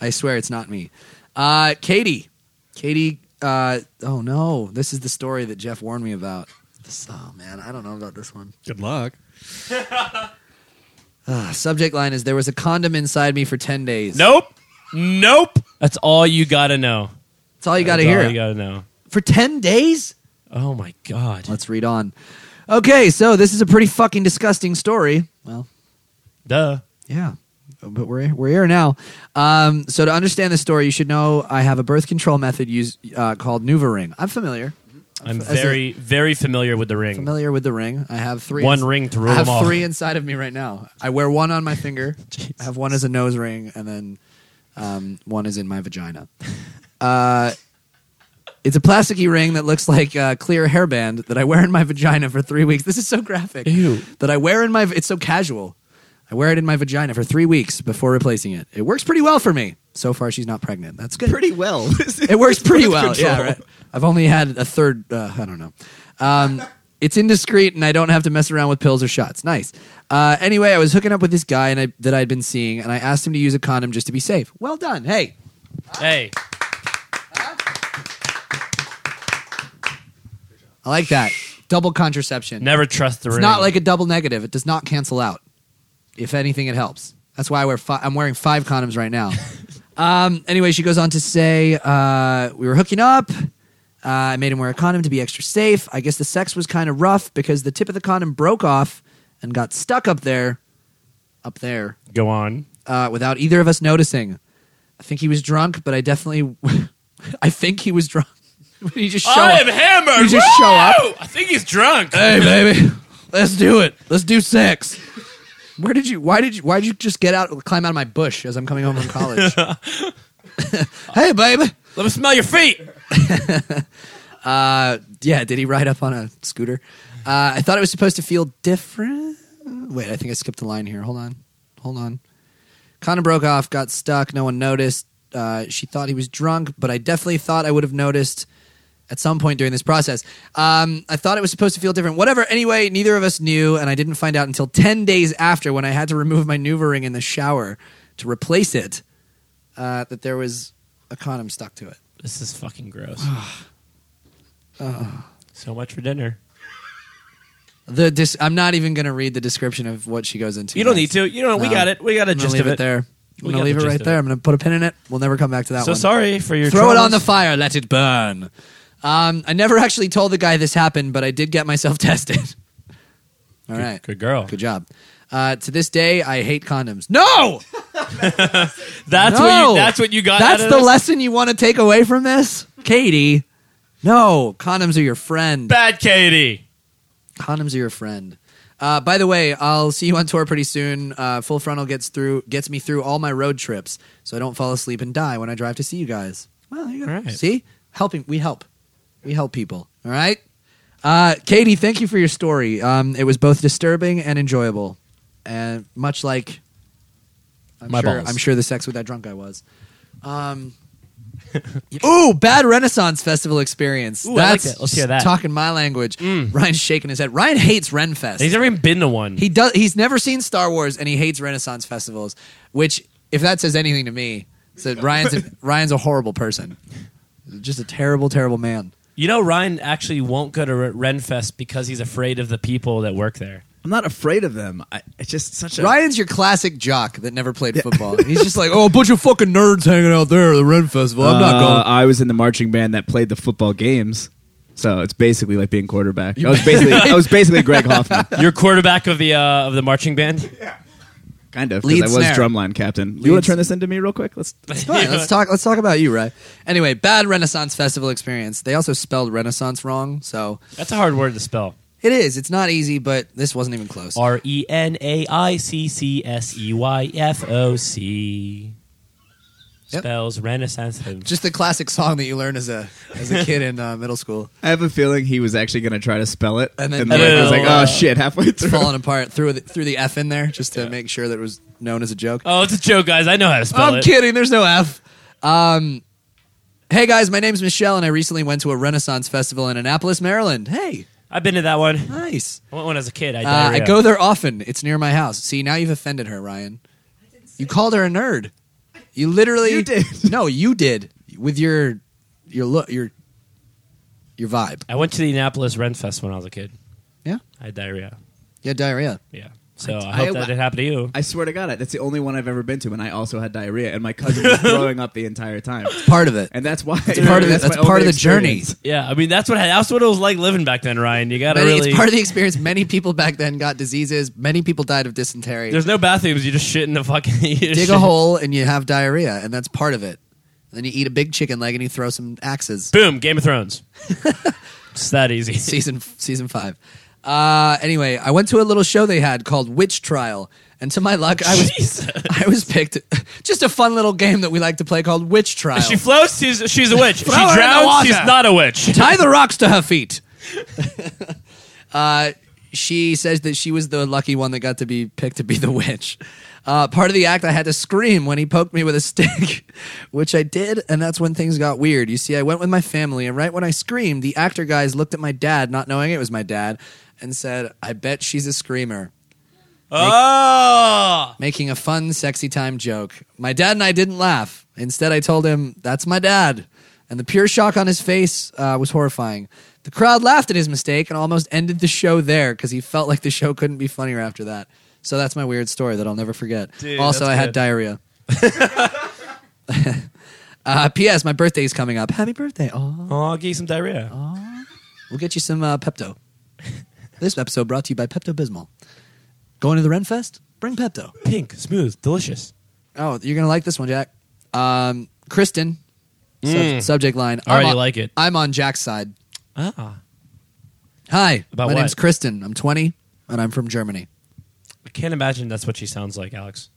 I swear it's not me. Uh, Katie. Katie. Uh, oh, no. This is the story that Jeff warned me about. This, oh, man. I don't know about this one. Good luck. (laughs) Ah, subject line is There was a condom inside me for 10 days. nope, nope. That's all you gotta know. That's all you got to That's hear. all you gotta know. for 10 days? Oh my god, Let's read on. Okay, so this is a pretty fucking disgusting story. Well, duh. Yeah. But we're we're here now. Um, so to understand this story, you should know I have a birth control method used uh, called NuvaRing. I'm familiar, I'm as a- very, very familiar with the ring. familiar with the ring. I have three. One ring to rule I have them all. three inside of me right now. I wear (laughs) one on my finger. I have one as a nose ring, and then um, one is in (laughs) my vagina. Uh, it's a plasticky ring that looks like a clear hairband that I wear in my vagina for three weeks. This is so graphic. Ew. That I wear in my. It's so casual. I wear it in my vagina for three weeks before replacing it. It works pretty well for me. So far, she's not pregnant. That's good Pretty well. (laughs) it works pretty well. control. Yeah, right. I've only had a third. Uh, I don't know. Um, it's indiscreet, and I don't have to mess around with pills or shots. Nice. Uh, anyway, I was hooking up with this guy and I, that I'd been seeing, and I asked him to use a condom just to be safe. Well done. Hey, Hey, I like that. Double contraception. never trust the it's ring. not like a double negative. It does not cancel out. If anything, it helps. That's why I wear fi- I'm wearing five condoms right now. um, anyway, she goes on to say uh, we were hooking up. Uh, I made him wear a condom to be extra safe. I guess the sex was kind of rough because the tip of the condom broke off and got stuck up there, up there, go on. uh, without either of us noticing. (laughs) I think he was drunk, (laughs) but I definitely, I think he was drunk. you just show I am up. hammered. You just show up. Woo! I think he's drunk. Hey, (laughs) baby, let's do it. Let's do sex. Where did you? Why did you? Why did you just get out? Climb out of my bush as I'm coming home from college. (laughs) hey, baby. Let me smell your feet. Uh, Yeah, did he ride up on a scooter? Uh, I thought it was supposed to feel different. Wait, I think I skipped a line here. Hold on. Hold on. Connor broke off, got stuck. No one noticed. Uh, she thought he was drunk, but I definitely thought I would have noticed at some point during this process. Um, I thought it was supposed to feel different. Whatever. Anyway, neither of us knew, and I didn't find out until 10 days after when I had to remove my NuvaRing in the shower to replace it uh, that there was a condom stuck to it. This is fucking gross. Ah. (sighs) Uh. So much for dinner. The dis- I'm not even going to read the description of what she goes into. You don't guys. need to. You know, we No. got it. We got a I'm gonna gist leave of it, it. there. We I'm gonna got leave the it gist right of there. it. I'm gonna put a pin in it. We'll never come back to that So one. sorry for your. Throw it on the traumas. fire. Let it burn. Um, I never actually told the guy this happened, but I did get myself (laughs) tested. All right. Good girl. Good job. Uh, to this day, I hate condoms. (laughs) No, That's no. what. You, that's what you got. That's out of the this? lesson you want to take away from this, Katie. No, condoms are your friend. Bad Katie. Condoms are your friend. Uh, by the way, I'll see you on tour pretty soon. Uh, Full Frontal gets through gets me through all my road trips, so I don't fall asleep and die when I drive to see you guys. Well, there you go. All right. See, helping we help, we help people. All right, uh, Katie, thank you for your story. Um, it was both disturbing and enjoyable, and much like I'm My sure, balls. I'm sure the sex with that drunk guy was. (laughs) Um, Ooh, bad Renaissance Festival experience. Ooh, I like That's that. Let's hear that. Talking my language. Ryan's shaking his head. Ryan hates Renfest. Mm. He's never even been to one. he does. He's never seen Star Wars, and he hates Renaissance festivals. Which, if that says anything to me, it's that (laughs) Ryan's a, Ryan's a horrible person. Just a terrible, terrible man. you know, Ryan actually won't go to Re- Renfest because he's afraid of the people that work (laughs) there. I'm not afraid of them. I, it's just such a. Ryan's your classic jock that never played football. He's (laughs) just like, oh, a bunch of fucking nerds hanging out there at the Ren Festival. I'm not Uh, going. (laughs) I was in the marching band that played the football games, so it's basically like being quarterback. I was (laughs) basically I was basically Greg Hoffman, You're quarterback of the uh, of the marching band. kind of. Lead Because I was snare. drumline captain. You want Lead to turn this into me real quick? Let's. Fine, let's talk. Let's talk about you, Ray. Anyway, bad Renaissance Festival experience. They also spelled Renaissance wrong, so That's a hard word to spell. it is. It's not easy, but this wasn't even close. R E N A I C C S E Y F O C. Yep. Spells Renaissance. (laughs) Just the classic song that you learn as a as a kid in uh, middle school. I have a feeling he was actually going to try to spell it, And and then- And then, like, then I was like, it'll, uh, "Oh shit!" Halfway It's through, falling apart. Threw the, threw the F in there just to make sure that it was known as a joke. Uh, Oh, it's a joke, guys. I know how to spell I'm it. kidding. There's no F. Um, hey guys, my name's Michelle, and I recently went to a Renaissance festival in Annapolis, Maryland. Hey, I've been to that one. nice. I went when I was a kid. I, Oh, Uh, I diarrhea. go there often. It's near my house. See, now you've offended her, Ryan. You called her a nerd. You literally You did. (laughs) No, you did with your your look your your vibe. I went to the Annapolis Renfest when I was a kid. Yeah, I had diarrhea. yeah, diarrhea. Yeah. So I, I- hope I- that didn't happen to you. I swear to God, that's the only one I've ever been to, and I also had diarrhea, and my (laughs) cousin was throwing up the entire time, Part of it. and (laughs) that's why. It's part of the, my that's part of only the journey. experience. yeah. I mean, that's what that's what it was like living back then, Ryan. You got to Many, really. It's part of the experience. Many people back then got diseases. Many people died of dysentery. there's no bathrooms. You just shit in the fucking. (laughs) you just Dig shit. a hole and you have diarrhea, and that's part of it. Then you eat a big chicken leg and you throw some axes. Boom. Game of (laughs) Thrones. it's that easy. (laughs) season season five. Uh, anyway, I went to a little show they had called Witch Trial, and to my luck, I was Jesus. I was picked. Just a fun little game that we like to play called Witch Trial. She floats. She's she's a witch. If she Throw her in the drowns. She's water. not a witch. (laughs) Tie the rocks to her feet. (laughs) uh, she says that she was the lucky one that got to be picked to be the witch. Uh, part of the act, I had to scream when he poked me with a (laughs) stick, which I did, and that's when things got weird. You see, I went with my family, and right when I screamed, the actor guys looked at my dad, not knowing it was my dad, and said, I bet she's a screamer Oh. making a fun, sexy time joke. My dad and I didn't laugh. Instead, I told him, That's my dad. And the pure shock on his face uh, was horrifying. The crowd laughed at his mistake and almost ended the show there because he felt like the show couldn't be funnier after that. So that's my weird story that I'll never forget. Dude, also, that's I had good. diarrhea. (laughs) uh, P.S. My birthday's coming up. Happy birthday. Aw. Oh, I'll get you some diarrhea. We'll get you some (laughs) uh, Pepto. this episode brought to you by Pepto Bismol. Going to the Renfest? Bring Pepto. Pink, smooth, delicious. Oh, you're gonna like this one, Jack. Um, Kristen Sub- subject line. Hmm. Already I'm on- like it. I'm on Jack's side. Ah, Hi, About my what? name's Kristen. I'm 20 and I'm from Germany. I can't imagine that's what she sounds like, Alex.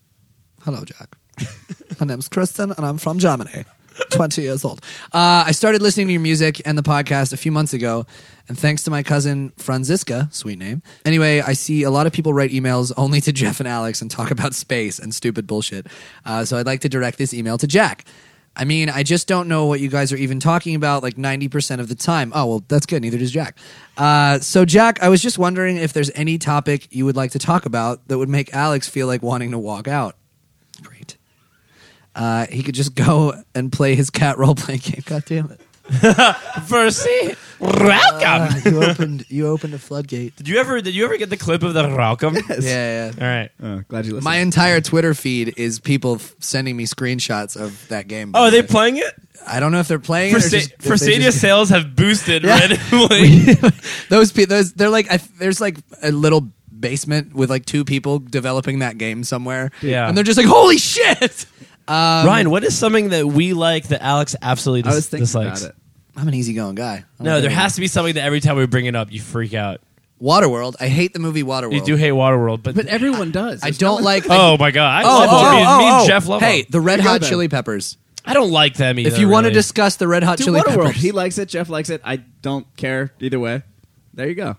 Hello, Jack. (laughs) My name's Kristen, and I'm from Germany. 20 years old. Uh, I started listening to your music and the podcast a few months ago, and thanks to my cousin Franziska, sweet name. Anyway, I see a lot of people write emails only to (laughs) Jeff and Alex and talk about space and stupid bullshit. Uh, so I'd like to direct this email to Jack. I mean, I just don't know what you guys are even talking about like 90% of the time. Oh, well, that's good. Neither does Jack. Uh, so, Jack, I was just wondering if there's any topic you would like to talk about that would make Alex feel like wanting to walk out. Great. Uh, he could just (laughs) go and play his cat role playing (laughs) game. God damn it! Versi, welcome. you opened you opened a floodgate. did you ever? Did you ever get the clip of the welcome? Yeah, All right. Oh, glad you listened. My entire Twitter feed is people f- sending me screenshots of that game. Oh, are they playing it? I don't know if they're playing it. Or Forsa- just, if they Forsadia just- sales have boosted Yeah. (laughs) (laughs) randomly. those people, those they're like I, there's like a little basement with like two people developing that game somewhere. Yeah. and they're just like, holy shit! (laughs) um, Ryan, what is something that we like that Alex absolutely dis- I was thinking dislikes? about it. I'm an easygoing guy. No, I like there everything. has to be something that every time we bring it up, you freak out. Waterworld. I hate the movie Waterworld. You do hate Waterworld, but, But everyone does. (laughs) I don't like. I- oh my god, I Oh, love oh, Waterworld. oh, me, me oh. and Jeff love Hey, them. the Red You go Hot then. Chili Peppers. I don't like them either. If you want to really. discuss the Red Hot Do Chili Waterworld. Peppers, He likes it. Jeff likes it. I don't care either way. There you go.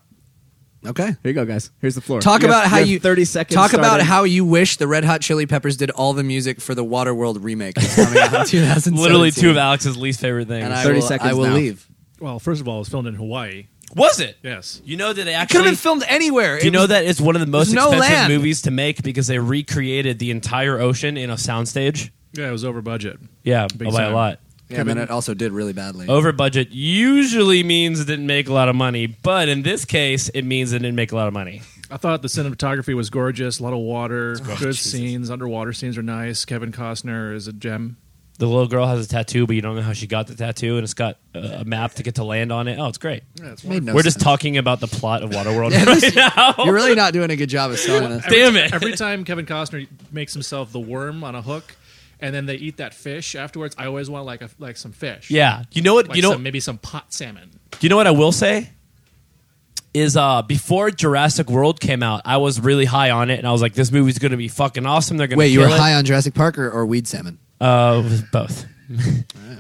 okay. Here you go, guys. Here's the floor. Talk You have- about how have you thirty seconds. Talk about starting. how you wish the Red Hot Chili Peppers did all the music for the Waterworld remake that's coming out in 2017. literally two of Alex's least favorite things. And I 30 will, seconds I will now. leave. Well, first of all, it was filmed in Hawaii. was it? Yes. You know that they Could have actually. been filmed anywhere. do you know that it's one of the most there's no expensive land. movies to make because they recreated the entire ocean in a soundstage. Yeah, it was over budget. Yeah, Big by a time. lot. Yeah, and then it also did really badly. Over budget usually means it didn't make a lot of money, but in this case, it means it didn't make a lot of money. I thought the cinematography was gorgeous. A lot of water, good scenes. Underwater scenes are nice. Kevin Costner is a gem. The little girl has a tattoo, but you don't know how she got the tattoo, and it's got uh, a map to get to land on it. Oh, it's great. Made no We're just sense. talking about the plot of (laughs) Waterworld Yeah, right this- now. You're really not doing a good job of (laughs) selling this. Damn it. Every time Kevin Costner makes himself the worm on a hook, and then they eat that fish afterwards, I always want like a, like some fish. yeah. You know what? like you know some, maybe some pot salmon. You know what I will say is uh, before Jurassic World came out, I was really high on it, and I was like, "This movie's going to be fucking awesome." They're going to Wait, you were kill it. high on Jurassic Park or, or Weed Salmon? Uh, (laughs) both.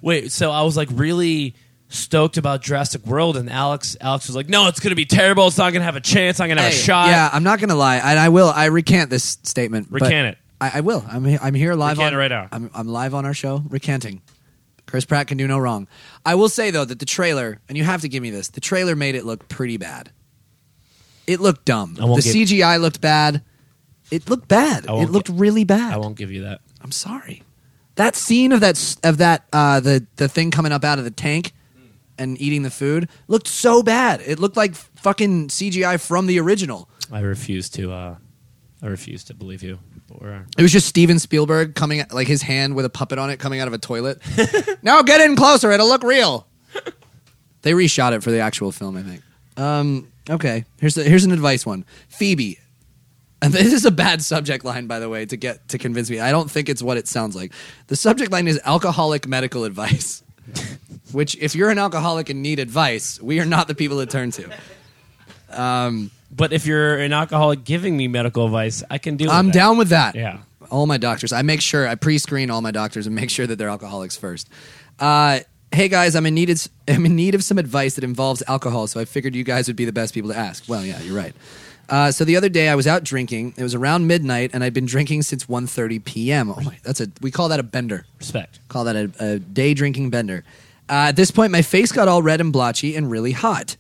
Wait, so I was like really stoked about Jurassic World, and Alex, Alex was like, "No, it's going to be terrible. It's not going to have a chance. I'm going to have Hey, a shot." Yeah, I'm not gonna lie, and I will. I recant this statement. but Recant it. I, I will. I'm he- I'm here live Recant on it right now. I'm I'm live on our show recanting. Chris Pratt can do no wrong. I will say though that the trailer, and you have to give me this, the trailer made it look pretty bad. It looked dumb. I won't The give- CGI looked bad. It looked bad. I won't It looked gi- really bad. I won't give you that. I'm sorry. That scene of that s- of that uh, the the thing coming up out of the tank and eating the food looked so bad. It looked like fucking CGI from the original. I refuse to. Uh, I refuse to believe you. But we're- It was just Steven Spielberg coming, like his hand with a puppet on it coming out of a toilet. (laughs) now get in closer; it'll look real. They reshot it for the actual film, I think. Um, okay, here's the, here's an advice one. Phoebe, (laughs) and this is a bad subject line, by the way, to get to convince me. I don't think it's what it sounds like. The subject line is alcoholic medical advice, (laughs) which if you're an alcoholic and need advice, we are not the people to turn to. But if you're an alcoholic giving me medical advice, I can do. I'm down with that. Yeah. All my doctors. I make sure I pre-screen all my doctors and make sure that they're alcoholics first. Uh, hey guys, I'm in need of, I'm in need of some advice that involves alcohol, so I figured you guys would be the best people to ask. Well, yeah, you're right. Uh, so the other day I was out drinking. It was around midnight, and I'd been drinking since 1.30 p.m. Oh my, that's a we call that a bender Respect. call that a, a day drinking bender. Uh, at this point, my face got all red and blotchy and really hot.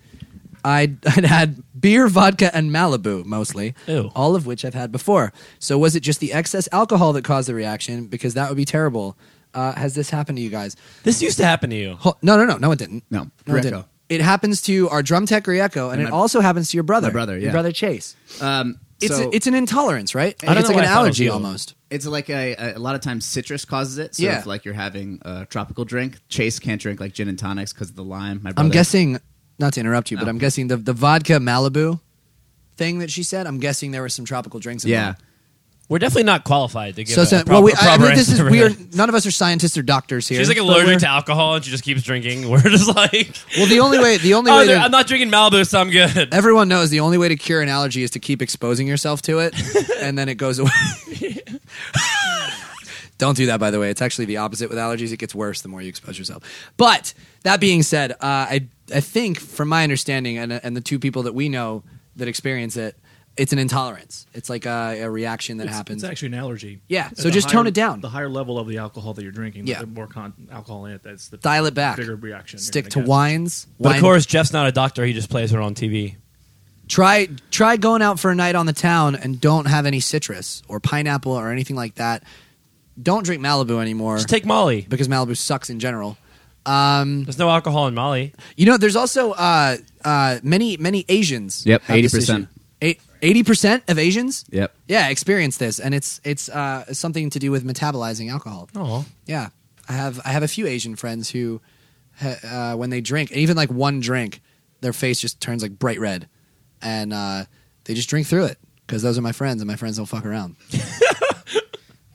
I'd, (laughs) I'd had beer, vodka, and Malibu mostly, Ew. all of which I've had before. So was it just the excess alcohol that caused the reaction? Because that would be terrible. Uh, has this happened to you guys? This used to happen to you. Ho- no, no, no, no, it didn't. No. it Greco. didn't. It happens to our drum tech Rieko, and, it also happens to your brother. My brother, your yeah. brother Chase. Um, It's so- a, it's an intolerance, right? don't it's know like why an I thought it was allergy you. almost. It's like a, a, a lot of times citrus causes it. So Yeah. if like you're having a tropical drink, Chase can't drink like gin and tonics because of the lime. My I'm brother- guessing, not to interrupt you, but I'm guessing the, the vodka Malibu thing that she said, I'm guessing there were some tropical drinks in Yeah. that. We're definitely not qualified to give So, a, so a proper, well, we, I, I proper think this is answer for we are that. none of us are scientists or doctors (laughs) here. She's like but allergic we're- to alcohol and she just keeps drinking. (laughs) We're just like, Well, the only way the (laughs) only oh, way there- to, I'm not drinking Malibu, so I'm good. everyone knows the only way to cure an allergy is to keep exposing yourself (laughs) to it, and then it goes away. (laughs) Don't do that, by the way. It's actually the opposite with allergies. It gets worse the more you expose yourself. But that being said, uh, I I think, from my understanding, and and the two people that we know that experience it, it's an intolerance. It's like a, a reaction that It's- happens. It's actually an allergy. Yeah, And so the just higher- tone it down. The higher level of the alcohol that you're drinking, Yeah. the more con- alcohol in it, that's the Dial it back. bigger reaction. you're Stick to gonna get. wines. But of wine- course, Jeff's not a doctor. He just plays it on TV. try try going out for a night on the town and don't have any citrus or pineapple or anything like that. Don't drink Malibu anymore Just take Molly. because Malibu sucks in general. Mm. There's no alcohol in Molly. You know, there's also uh, uh, many many Asians. Yep, have this 80%. issue. Eighty percent of Asians. Yep. Yeah, experience this, and it's it's uh, something to do with metabolizing alcohol. Oh, Yeah, I have I have a few Asian friends who, ha- uh, when they drink, and even like one drink, their face just turns like bright red, and uh, they just drink through it because those are my friends, and my friends don't fuck around.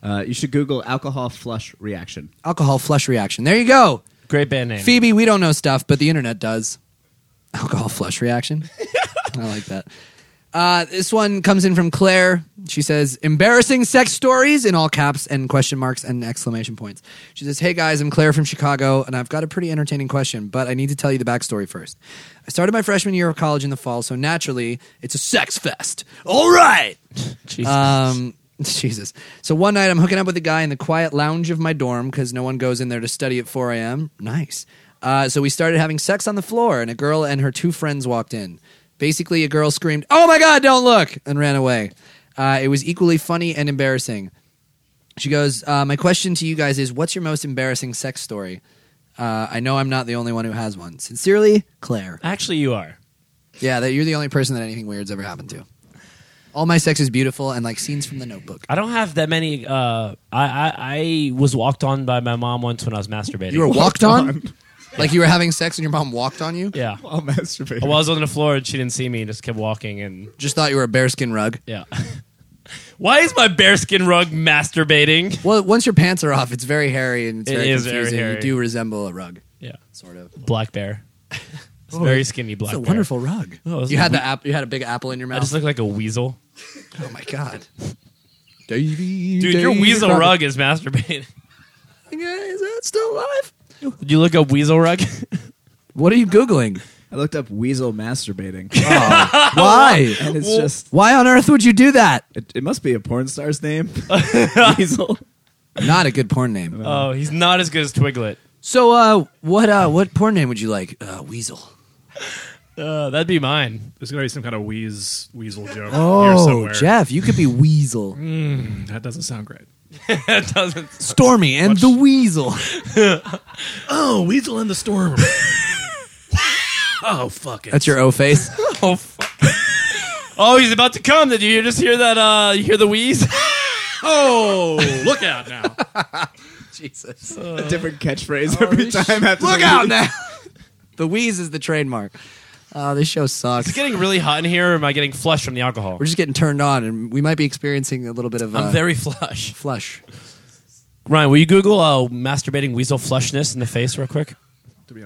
Uh, you should Google alcohol flush (laughs) reaction. Alcohol flush reaction. There you go, great band name. Phoebe. We don't know stuff, but the internet does. Alcohol flush reaction. I like that. Uh, this one comes in from Claire. She says, embarrassing sex stories in all caps and question marks and exclamation points. She says, Hey guys, I'm Claire from Chicago, and I've got a pretty entertaining question, but I need to tell you the backstory first. I started my freshman year of college in the fall, so naturally, it's a sex fest. All right. Jesus. Um, (laughs) Jesus. So one night I'm hooking up with a guy in the quiet lounge of my dorm because no one goes in there to study at 4 a.m. Nice. Uh, so we started having sex on the floor, and a girl and her two friends walked in. Basically, a girl screamed, Oh my God, don't look! and ran away. Uh, it was equally funny and embarrassing. She goes, uh, My question to you guys is what's your most embarrassing sex story? Uh, I know I'm not the only one who has one. Sincerely, Claire. Actually, you are. Yeah, that you're the only person that anything weird's ever happened to. All my sex is beautiful and like scenes from the notebook. I don't have that many. Uh, I, I I was walked on by my mom once when I was masturbating. (laughs) You were walked on? (laughs) Like you were having sex and your mom walked on you? yeah. I'll masturbate. Well, I was on the floor and she didn't see me and just kept walking and Just thought you were a bearskin rug. yeah. (laughs) Why is my bearskin rug masturbating? Well, once your pants are off, it's very hairy and it's It very is very confusing. hairy. You do resemble a rug, Yeah, sort of. black bear. It's a very skinny black. It's a bear. wonderful rug. Oh, it's you a had wee- the app. You had a big apple in your I mouth. just look like a weasel. oh my god, (laughs) Davy, Dude, your weasel rug is masturbating. Is that still alive? (laughs) Did you look up weasel rug? What are you googling? I looked up weasel masturbating, (laughs) Why? and it's just Why on earth would you do that? it, it must be a porn star's name. weasel. Not a good porn name. (laughs) oh, he's not as good as Twiglet. So, uh, what, uh, what porn name would you like? Uh, Weasel. Uh, that'd be mine. There's gonna be some kind of wheeze weasel joke here Oh, somewhere. Jeff, you could be Weasel. That doesn't sound great. (laughs) that doesn't. Stormy and the Weasel. Oh, weasel in the (laughs) storm. oh fuck it. That's your O (laughs) face. Oh, fuck. oh, he's about to come. Did you just hear that? Uh, you hear the wheeze? (laughs) Oh, look out now. Jesus. a different catchphrase every time. After oh, Look the (laughs) out now. the wheeze is the trademark. Oh, this show sucks. It's getting really hot in here. Or am I getting flush from the alcohol? We're just getting turned on, and we might be experiencing a little bit of uh, I'm very flush. flush. Ryan, will you Google uh, masturbating weasel flushness in the face real quick?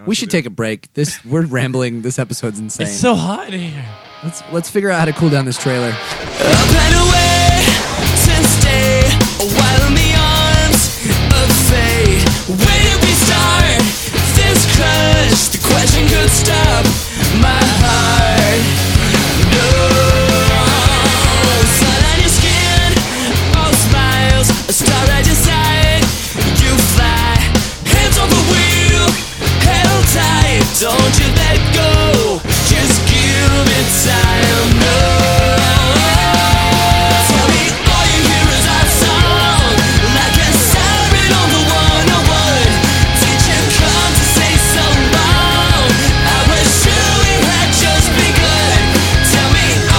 We should take a break. This we're rambling. This episode's insane. It's so hot in here. let's let's figure out how to cool down this trailer. Don't you let go, just give me time. No, tell me all you hear is our song, like a siren on the 101. Did you come to say so long? I was sure we had just begun.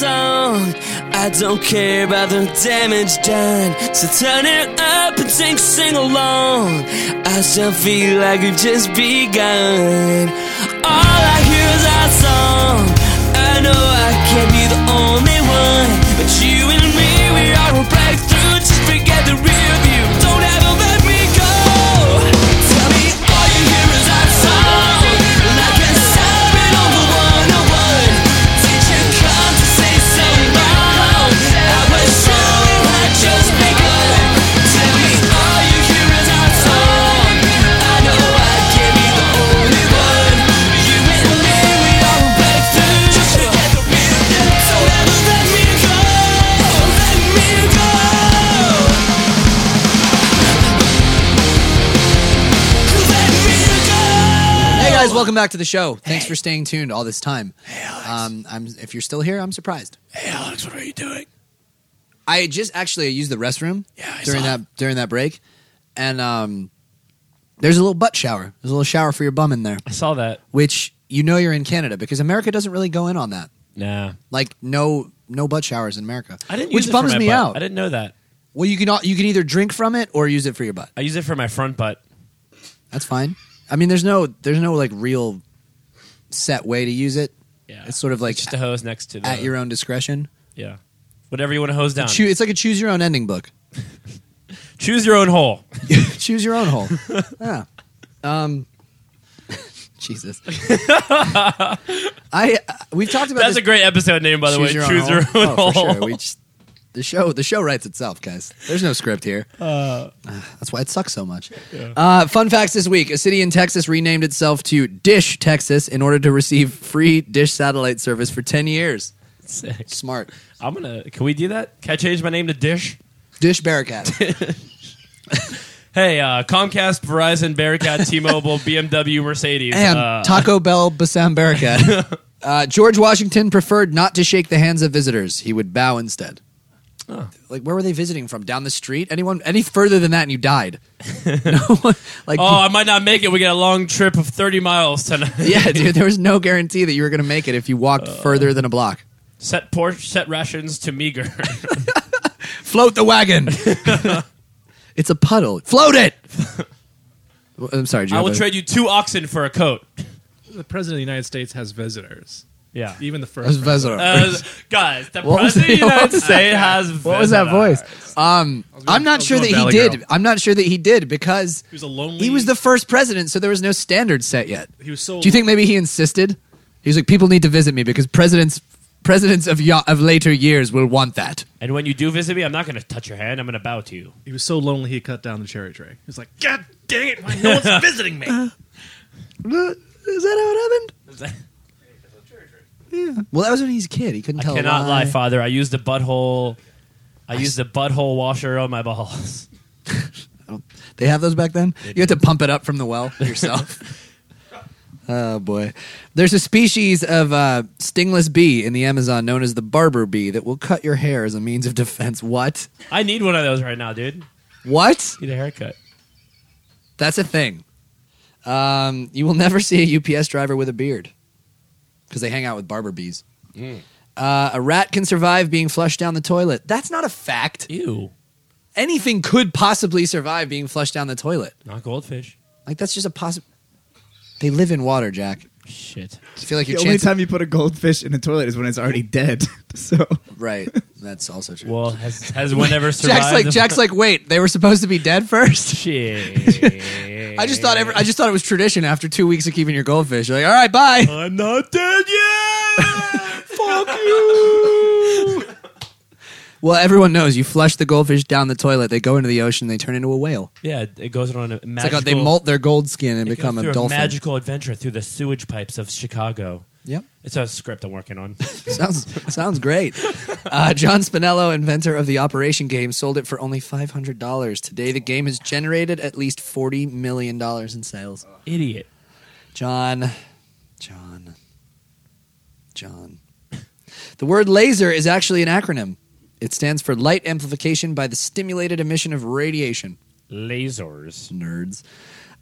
I don't care about the damage done. So turn it up and sing, sing along. I still feel like we've just begun. All I hear is our song. I know I can't be the only one, but you and me, we are a breakthrough. Just forget the rear view. Don't ever let me go. Tell me all you hear is our song. Like a siren on the 101. Did you come to say so long? I was sure we had just begun. Tell me all you hear is our song. I know I can't be the only one. You and me, we are a breakthrough. Just forget the real you. Don't ever let me go. Let me go. Hey guys, welcome back to the show. Thanks for staying tuned all this time. Hey Alex. Um, I'm, if you're still here, I'm surprised. Hey, Alex, what are you doing? I just actually used the restroom Yeah, I during saw that during that break, and um, there's a little butt shower. There's a little shower for your bum in there, I saw that. which you know you're in Canada because America doesn't really go in on that. Nah. Like no no butt showers in America, I didn't which use it for bums my me butt. out. I didn't know that. Well, you can al- you can either drink from it or use it for your butt. I use it for my front butt. That's fine. I mean, there's no there's no like real set way to use it. Yeah. It's sort of like Just a hose next to the at your own discretion. Yeah. Whatever you want to hose down. Choo- it's like a choose your own ending book. Choose your own (laughs) hole. choose your own (laughs) hole. yeah. Um, (laughs) (laughs) Jesus. I uh, we've talked about That's this. a great episode name, by the way. Choose your own oh, hole. for sure. We just, the show the show writes itself, guys. There's no script here. Uh, Ah, That's why it sucks so much. Uh, fun facts this week: A city in Texas renamed itself to Dish, Texas, in order to receive free Dish satellite service for ten years. Sick. Smart. (laughs) I'm gonna. Can we do that? Can I change my name to Dish? Dish Barracat. (laughs) Hey, uh, Comcast, Verizon, Bearcat, T-Mobile, (laughs) BMW, Mercedes. and uh, Taco Bell Bassam (laughs) Barracat. uh, George Washington preferred not to shake the hands of visitors. He would bow instead. Like where were they visiting from? Down the street? Anyone any further than that and you died. (laughs) no one, (laughs) like oh, I might not make it. We got a long trip of 30 miles tonight. (laughs) yeah, dude, there was no guarantee that you were going to make it if you walked further than a block. set por- set rations to (laughs) meager. Float the (laughs) wagon. it's a puddle. Float it. Well, I'm sorry, I will Giovanni. trade you two oxen for a coat. The president of the United States has visitors. Yeah. Even the first. That's president. Vezzo. (laughs) Uh, guys, the What was president of the that- (laughs) what United was that- States has. what was that visitors. voice? Um, I'm I not was sure that going he Valley did. Girl. I'm not sure that he did because He was a lonely. he was the first president, so there was no standard set yet. He was so. Do you think maybe he insisted? He was like, "People need to visit me because presidents, presidents of ya of later years will want that." And when you do visit me, I'm not going to touch your hand. I'm going to bow to (laughs) you. He was so lonely. He cut down the cherry tree. He's like, God dang it! Why no one's visiting me? Is that how it happened? Yeah. Well, that was when he was a kid. He couldn't tell. a Cannot lie, lie. Father. I used the butthole. I used the butthole washer on my balls. (laughs) They have those back then. You had to pump it up from the well yourself. oh boy, there's a species of uh, stingless bee in the Amazon known as the barber bee that will cut your hair as a means of defense. What? I need one of those right now, dude. What? Need a haircut. That's a thing. Um, you will never see a UPS driver with a beard because they hang out with barber bees. Uh, a rat can survive being flushed down the toilet. That's not a fact. Ew. Anything could possibly survive being flushed down the toilet. Not goldfish. Like that's just a possible. They live in water, Jack. Shit. I feel like The your only chance. time you put a goldfish in a toilet is when it's already dead. (laughs) so right. That's (laughs) also true. Well, has has one ever survived? (laughs) Jack's like the- Jack's like. Wait, they were supposed to be dead first. (laughs) Shit. I just thought every, I just thought it was tradition after two weeks of keeping your goldfish. You're like, all right, bye. I'm not dead yet. Fuck you. well, everyone knows you flush the goldfish down the toilet. They go into the ocean. They turn into a whale. (laughs) yeah, it goes on a magical. It's like how they molt their gold skin and it become goes a through dolphin. magical adventure through the sewage pipes of Chicago. Yep. It's a script I'm working (laughs) on. sounds (laughs) sounds great. Uh, John Spinello, inventor of the Operation game, sold it for only five hundred dollars. Today, the game has generated at least forty million dollars in sales. Idiot. John, John, John. The word laser is actually an acronym. It stands for light amplification by the stimulated emission of radiation. Lasers. Nerds.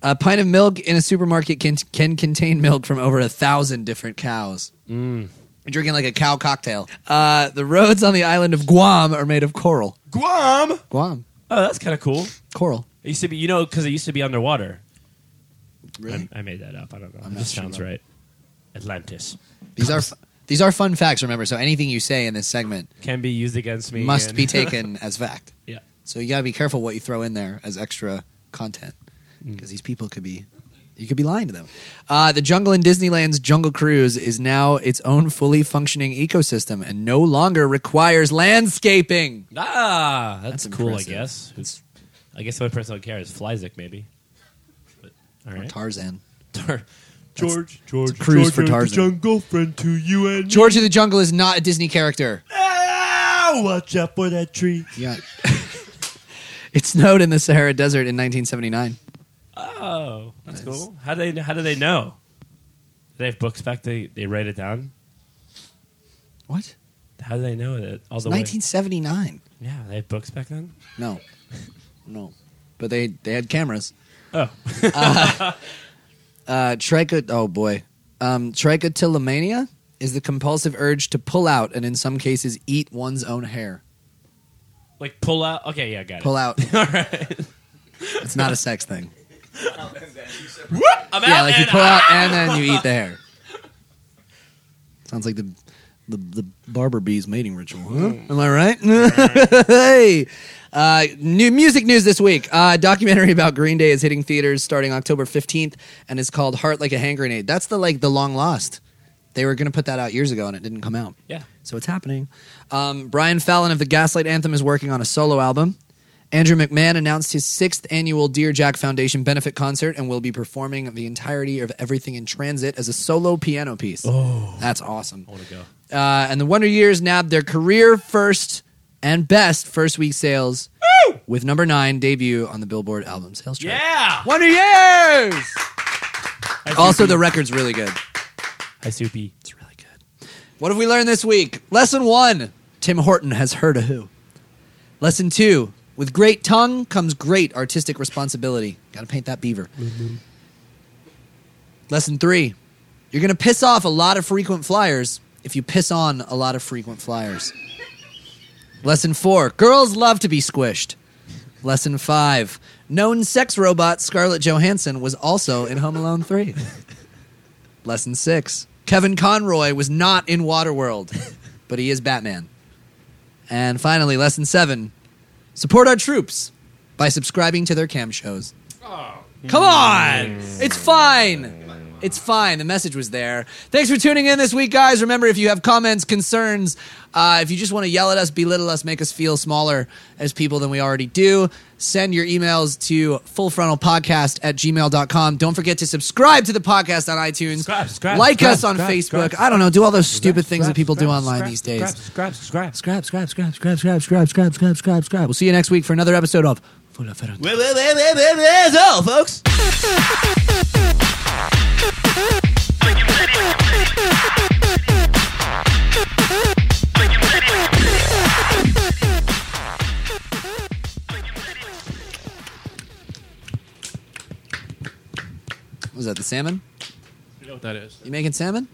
A pint of milk in a supermarket can, can contain milk from over a thousand different cows. drinking like a cow cocktail. Uh, the roads on the island of Guam are made of coral. Guam. Guam, Oh, that's kind of cool. coral. It used to be, you know, because it used to be underwater. Really? I made that up. I don't know. It just sounds right. Atlantis These are these are fun facts. Remember, so anything you say in this segment can be used against me. must and- (laughs) be taken as fact. yeah. So you gotta be careful what you throw in there as extra content because these people could be. You could be lying to them. Uh, the jungle in Disneyland's Jungle Cruise is now its own fully functioning ecosystem and no longer requires landscaping. Ah, that's, That's cool. impressive. I guess. It's, I guess the only person who cares is Flyzik, maybe. But, all right. Tarzan. Tar- George, George, a cruise George for of Tarzan. The jungle friend to you and George of the Jungle is not a Disney character. Ow, watch out for that tree. (laughs) Yeah. it snowed in the Sahara Desert in 1979. Oh, that's cool. How do they? How do they know? Do they have books back? They they write it down. What? How do they know that all the way? 1979. Yeah, they have books back then. No. No. But they they had cameras. (laughs) Oh, Uh tricho oh boy. Um trichotillomania is the compulsive urge to pull out and in some cases eat one's own hair. like pull out. Okay, yeah, got Pull it. out. (laughs) All right. It's not a sex thing. I'm Yeah, out like you and- pull out and then you eat the hair. Sounds like the the, the barber bee's mating ritual. Huh? Am I Mm. right? (laughs) hey. Uh, new music news this week. Uh, documentary (laughs) about Green Day is hitting theaters starting October 15th and it's called Heart Like a Hand Grenade. That's the like the long lost. They were going to put that out years ago and it didn't come out. Yeah. So it's happening. Um, Brian Fallon of the Gaslight Anthem is working on a solo album. Andrew McMahon announced his sixth annual Dear Jack Foundation benefit concert and will be performing the entirety of Everything in Transit as a solo piano piece. Oh, that's awesome! I want to go. Uh, and the Wonder Years nabbed their career first and best first week sales with number nine debut on the Billboard album sales chart. Yeah. Wonder Years. Also, the record's really good. Hi, Soupy. It's really good. What have we learned this week? Lesson one Tim Horton has heard a who. Lesson two With great tongue comes great artistic responsibility. Gotta paint that beaver. Lesson three You're gonna piss off a lot of frequent flyers if you piss on a lot of frequent flyers. Lesson four Girls love to be squished. Lesson five Known sex robot Scarlett Johansson was also in Home Alone 3. Lesson six Kevin Conroy was not in Waterworld, but he is Batman. And finally, lesson seven support our troops by subscribing to their cam shows. Oh. Come on! It's Hmm. fine! It's fine. The message was there. Thanks for tuning in this week, guys. Remember, if you have comments, concerns, uh, if you just want to yell at us, belittle us, make us feel smaller as people than we already do, send your emails to fullfrontalpodcast at gmail.com. Don't forget to subscribe to the podcast on iTunes. Subscribe, subscribe, like subscribe, us on subscribe, Facebook. subscribe, I don't know. Do all those stupid things that people do Subscribe, online subscribe, these days. Subscribe, subscribe, subscribe. Subscribe, subscribe, subscribe, subscribe, subscribe, subscribe, subscribe, subscribe, subscribe. We'll see you next week for another episode of Full of Well, well, well, well, well, well, that's all, folks. Was that the salmon? You know what that is. You making salmon?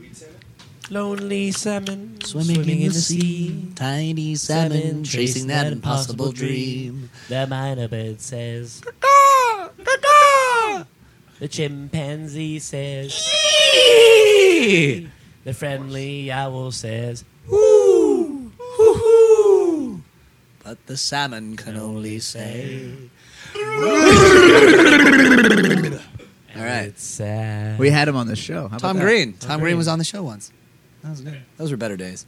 Lonely salmon Swimming, in the sea, tiny salmon, chasing that impossible dream. The minor bird says, The chimpanzee says, The friendly owl says, But the salmon can only say. (laughs) All right. Sad. We had him on the show. How about Tom that? Green. Tom Green was on the show once. That was good. Those were better days.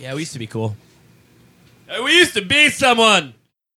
Yeah, we used to be cool. Uh, We used to be someone.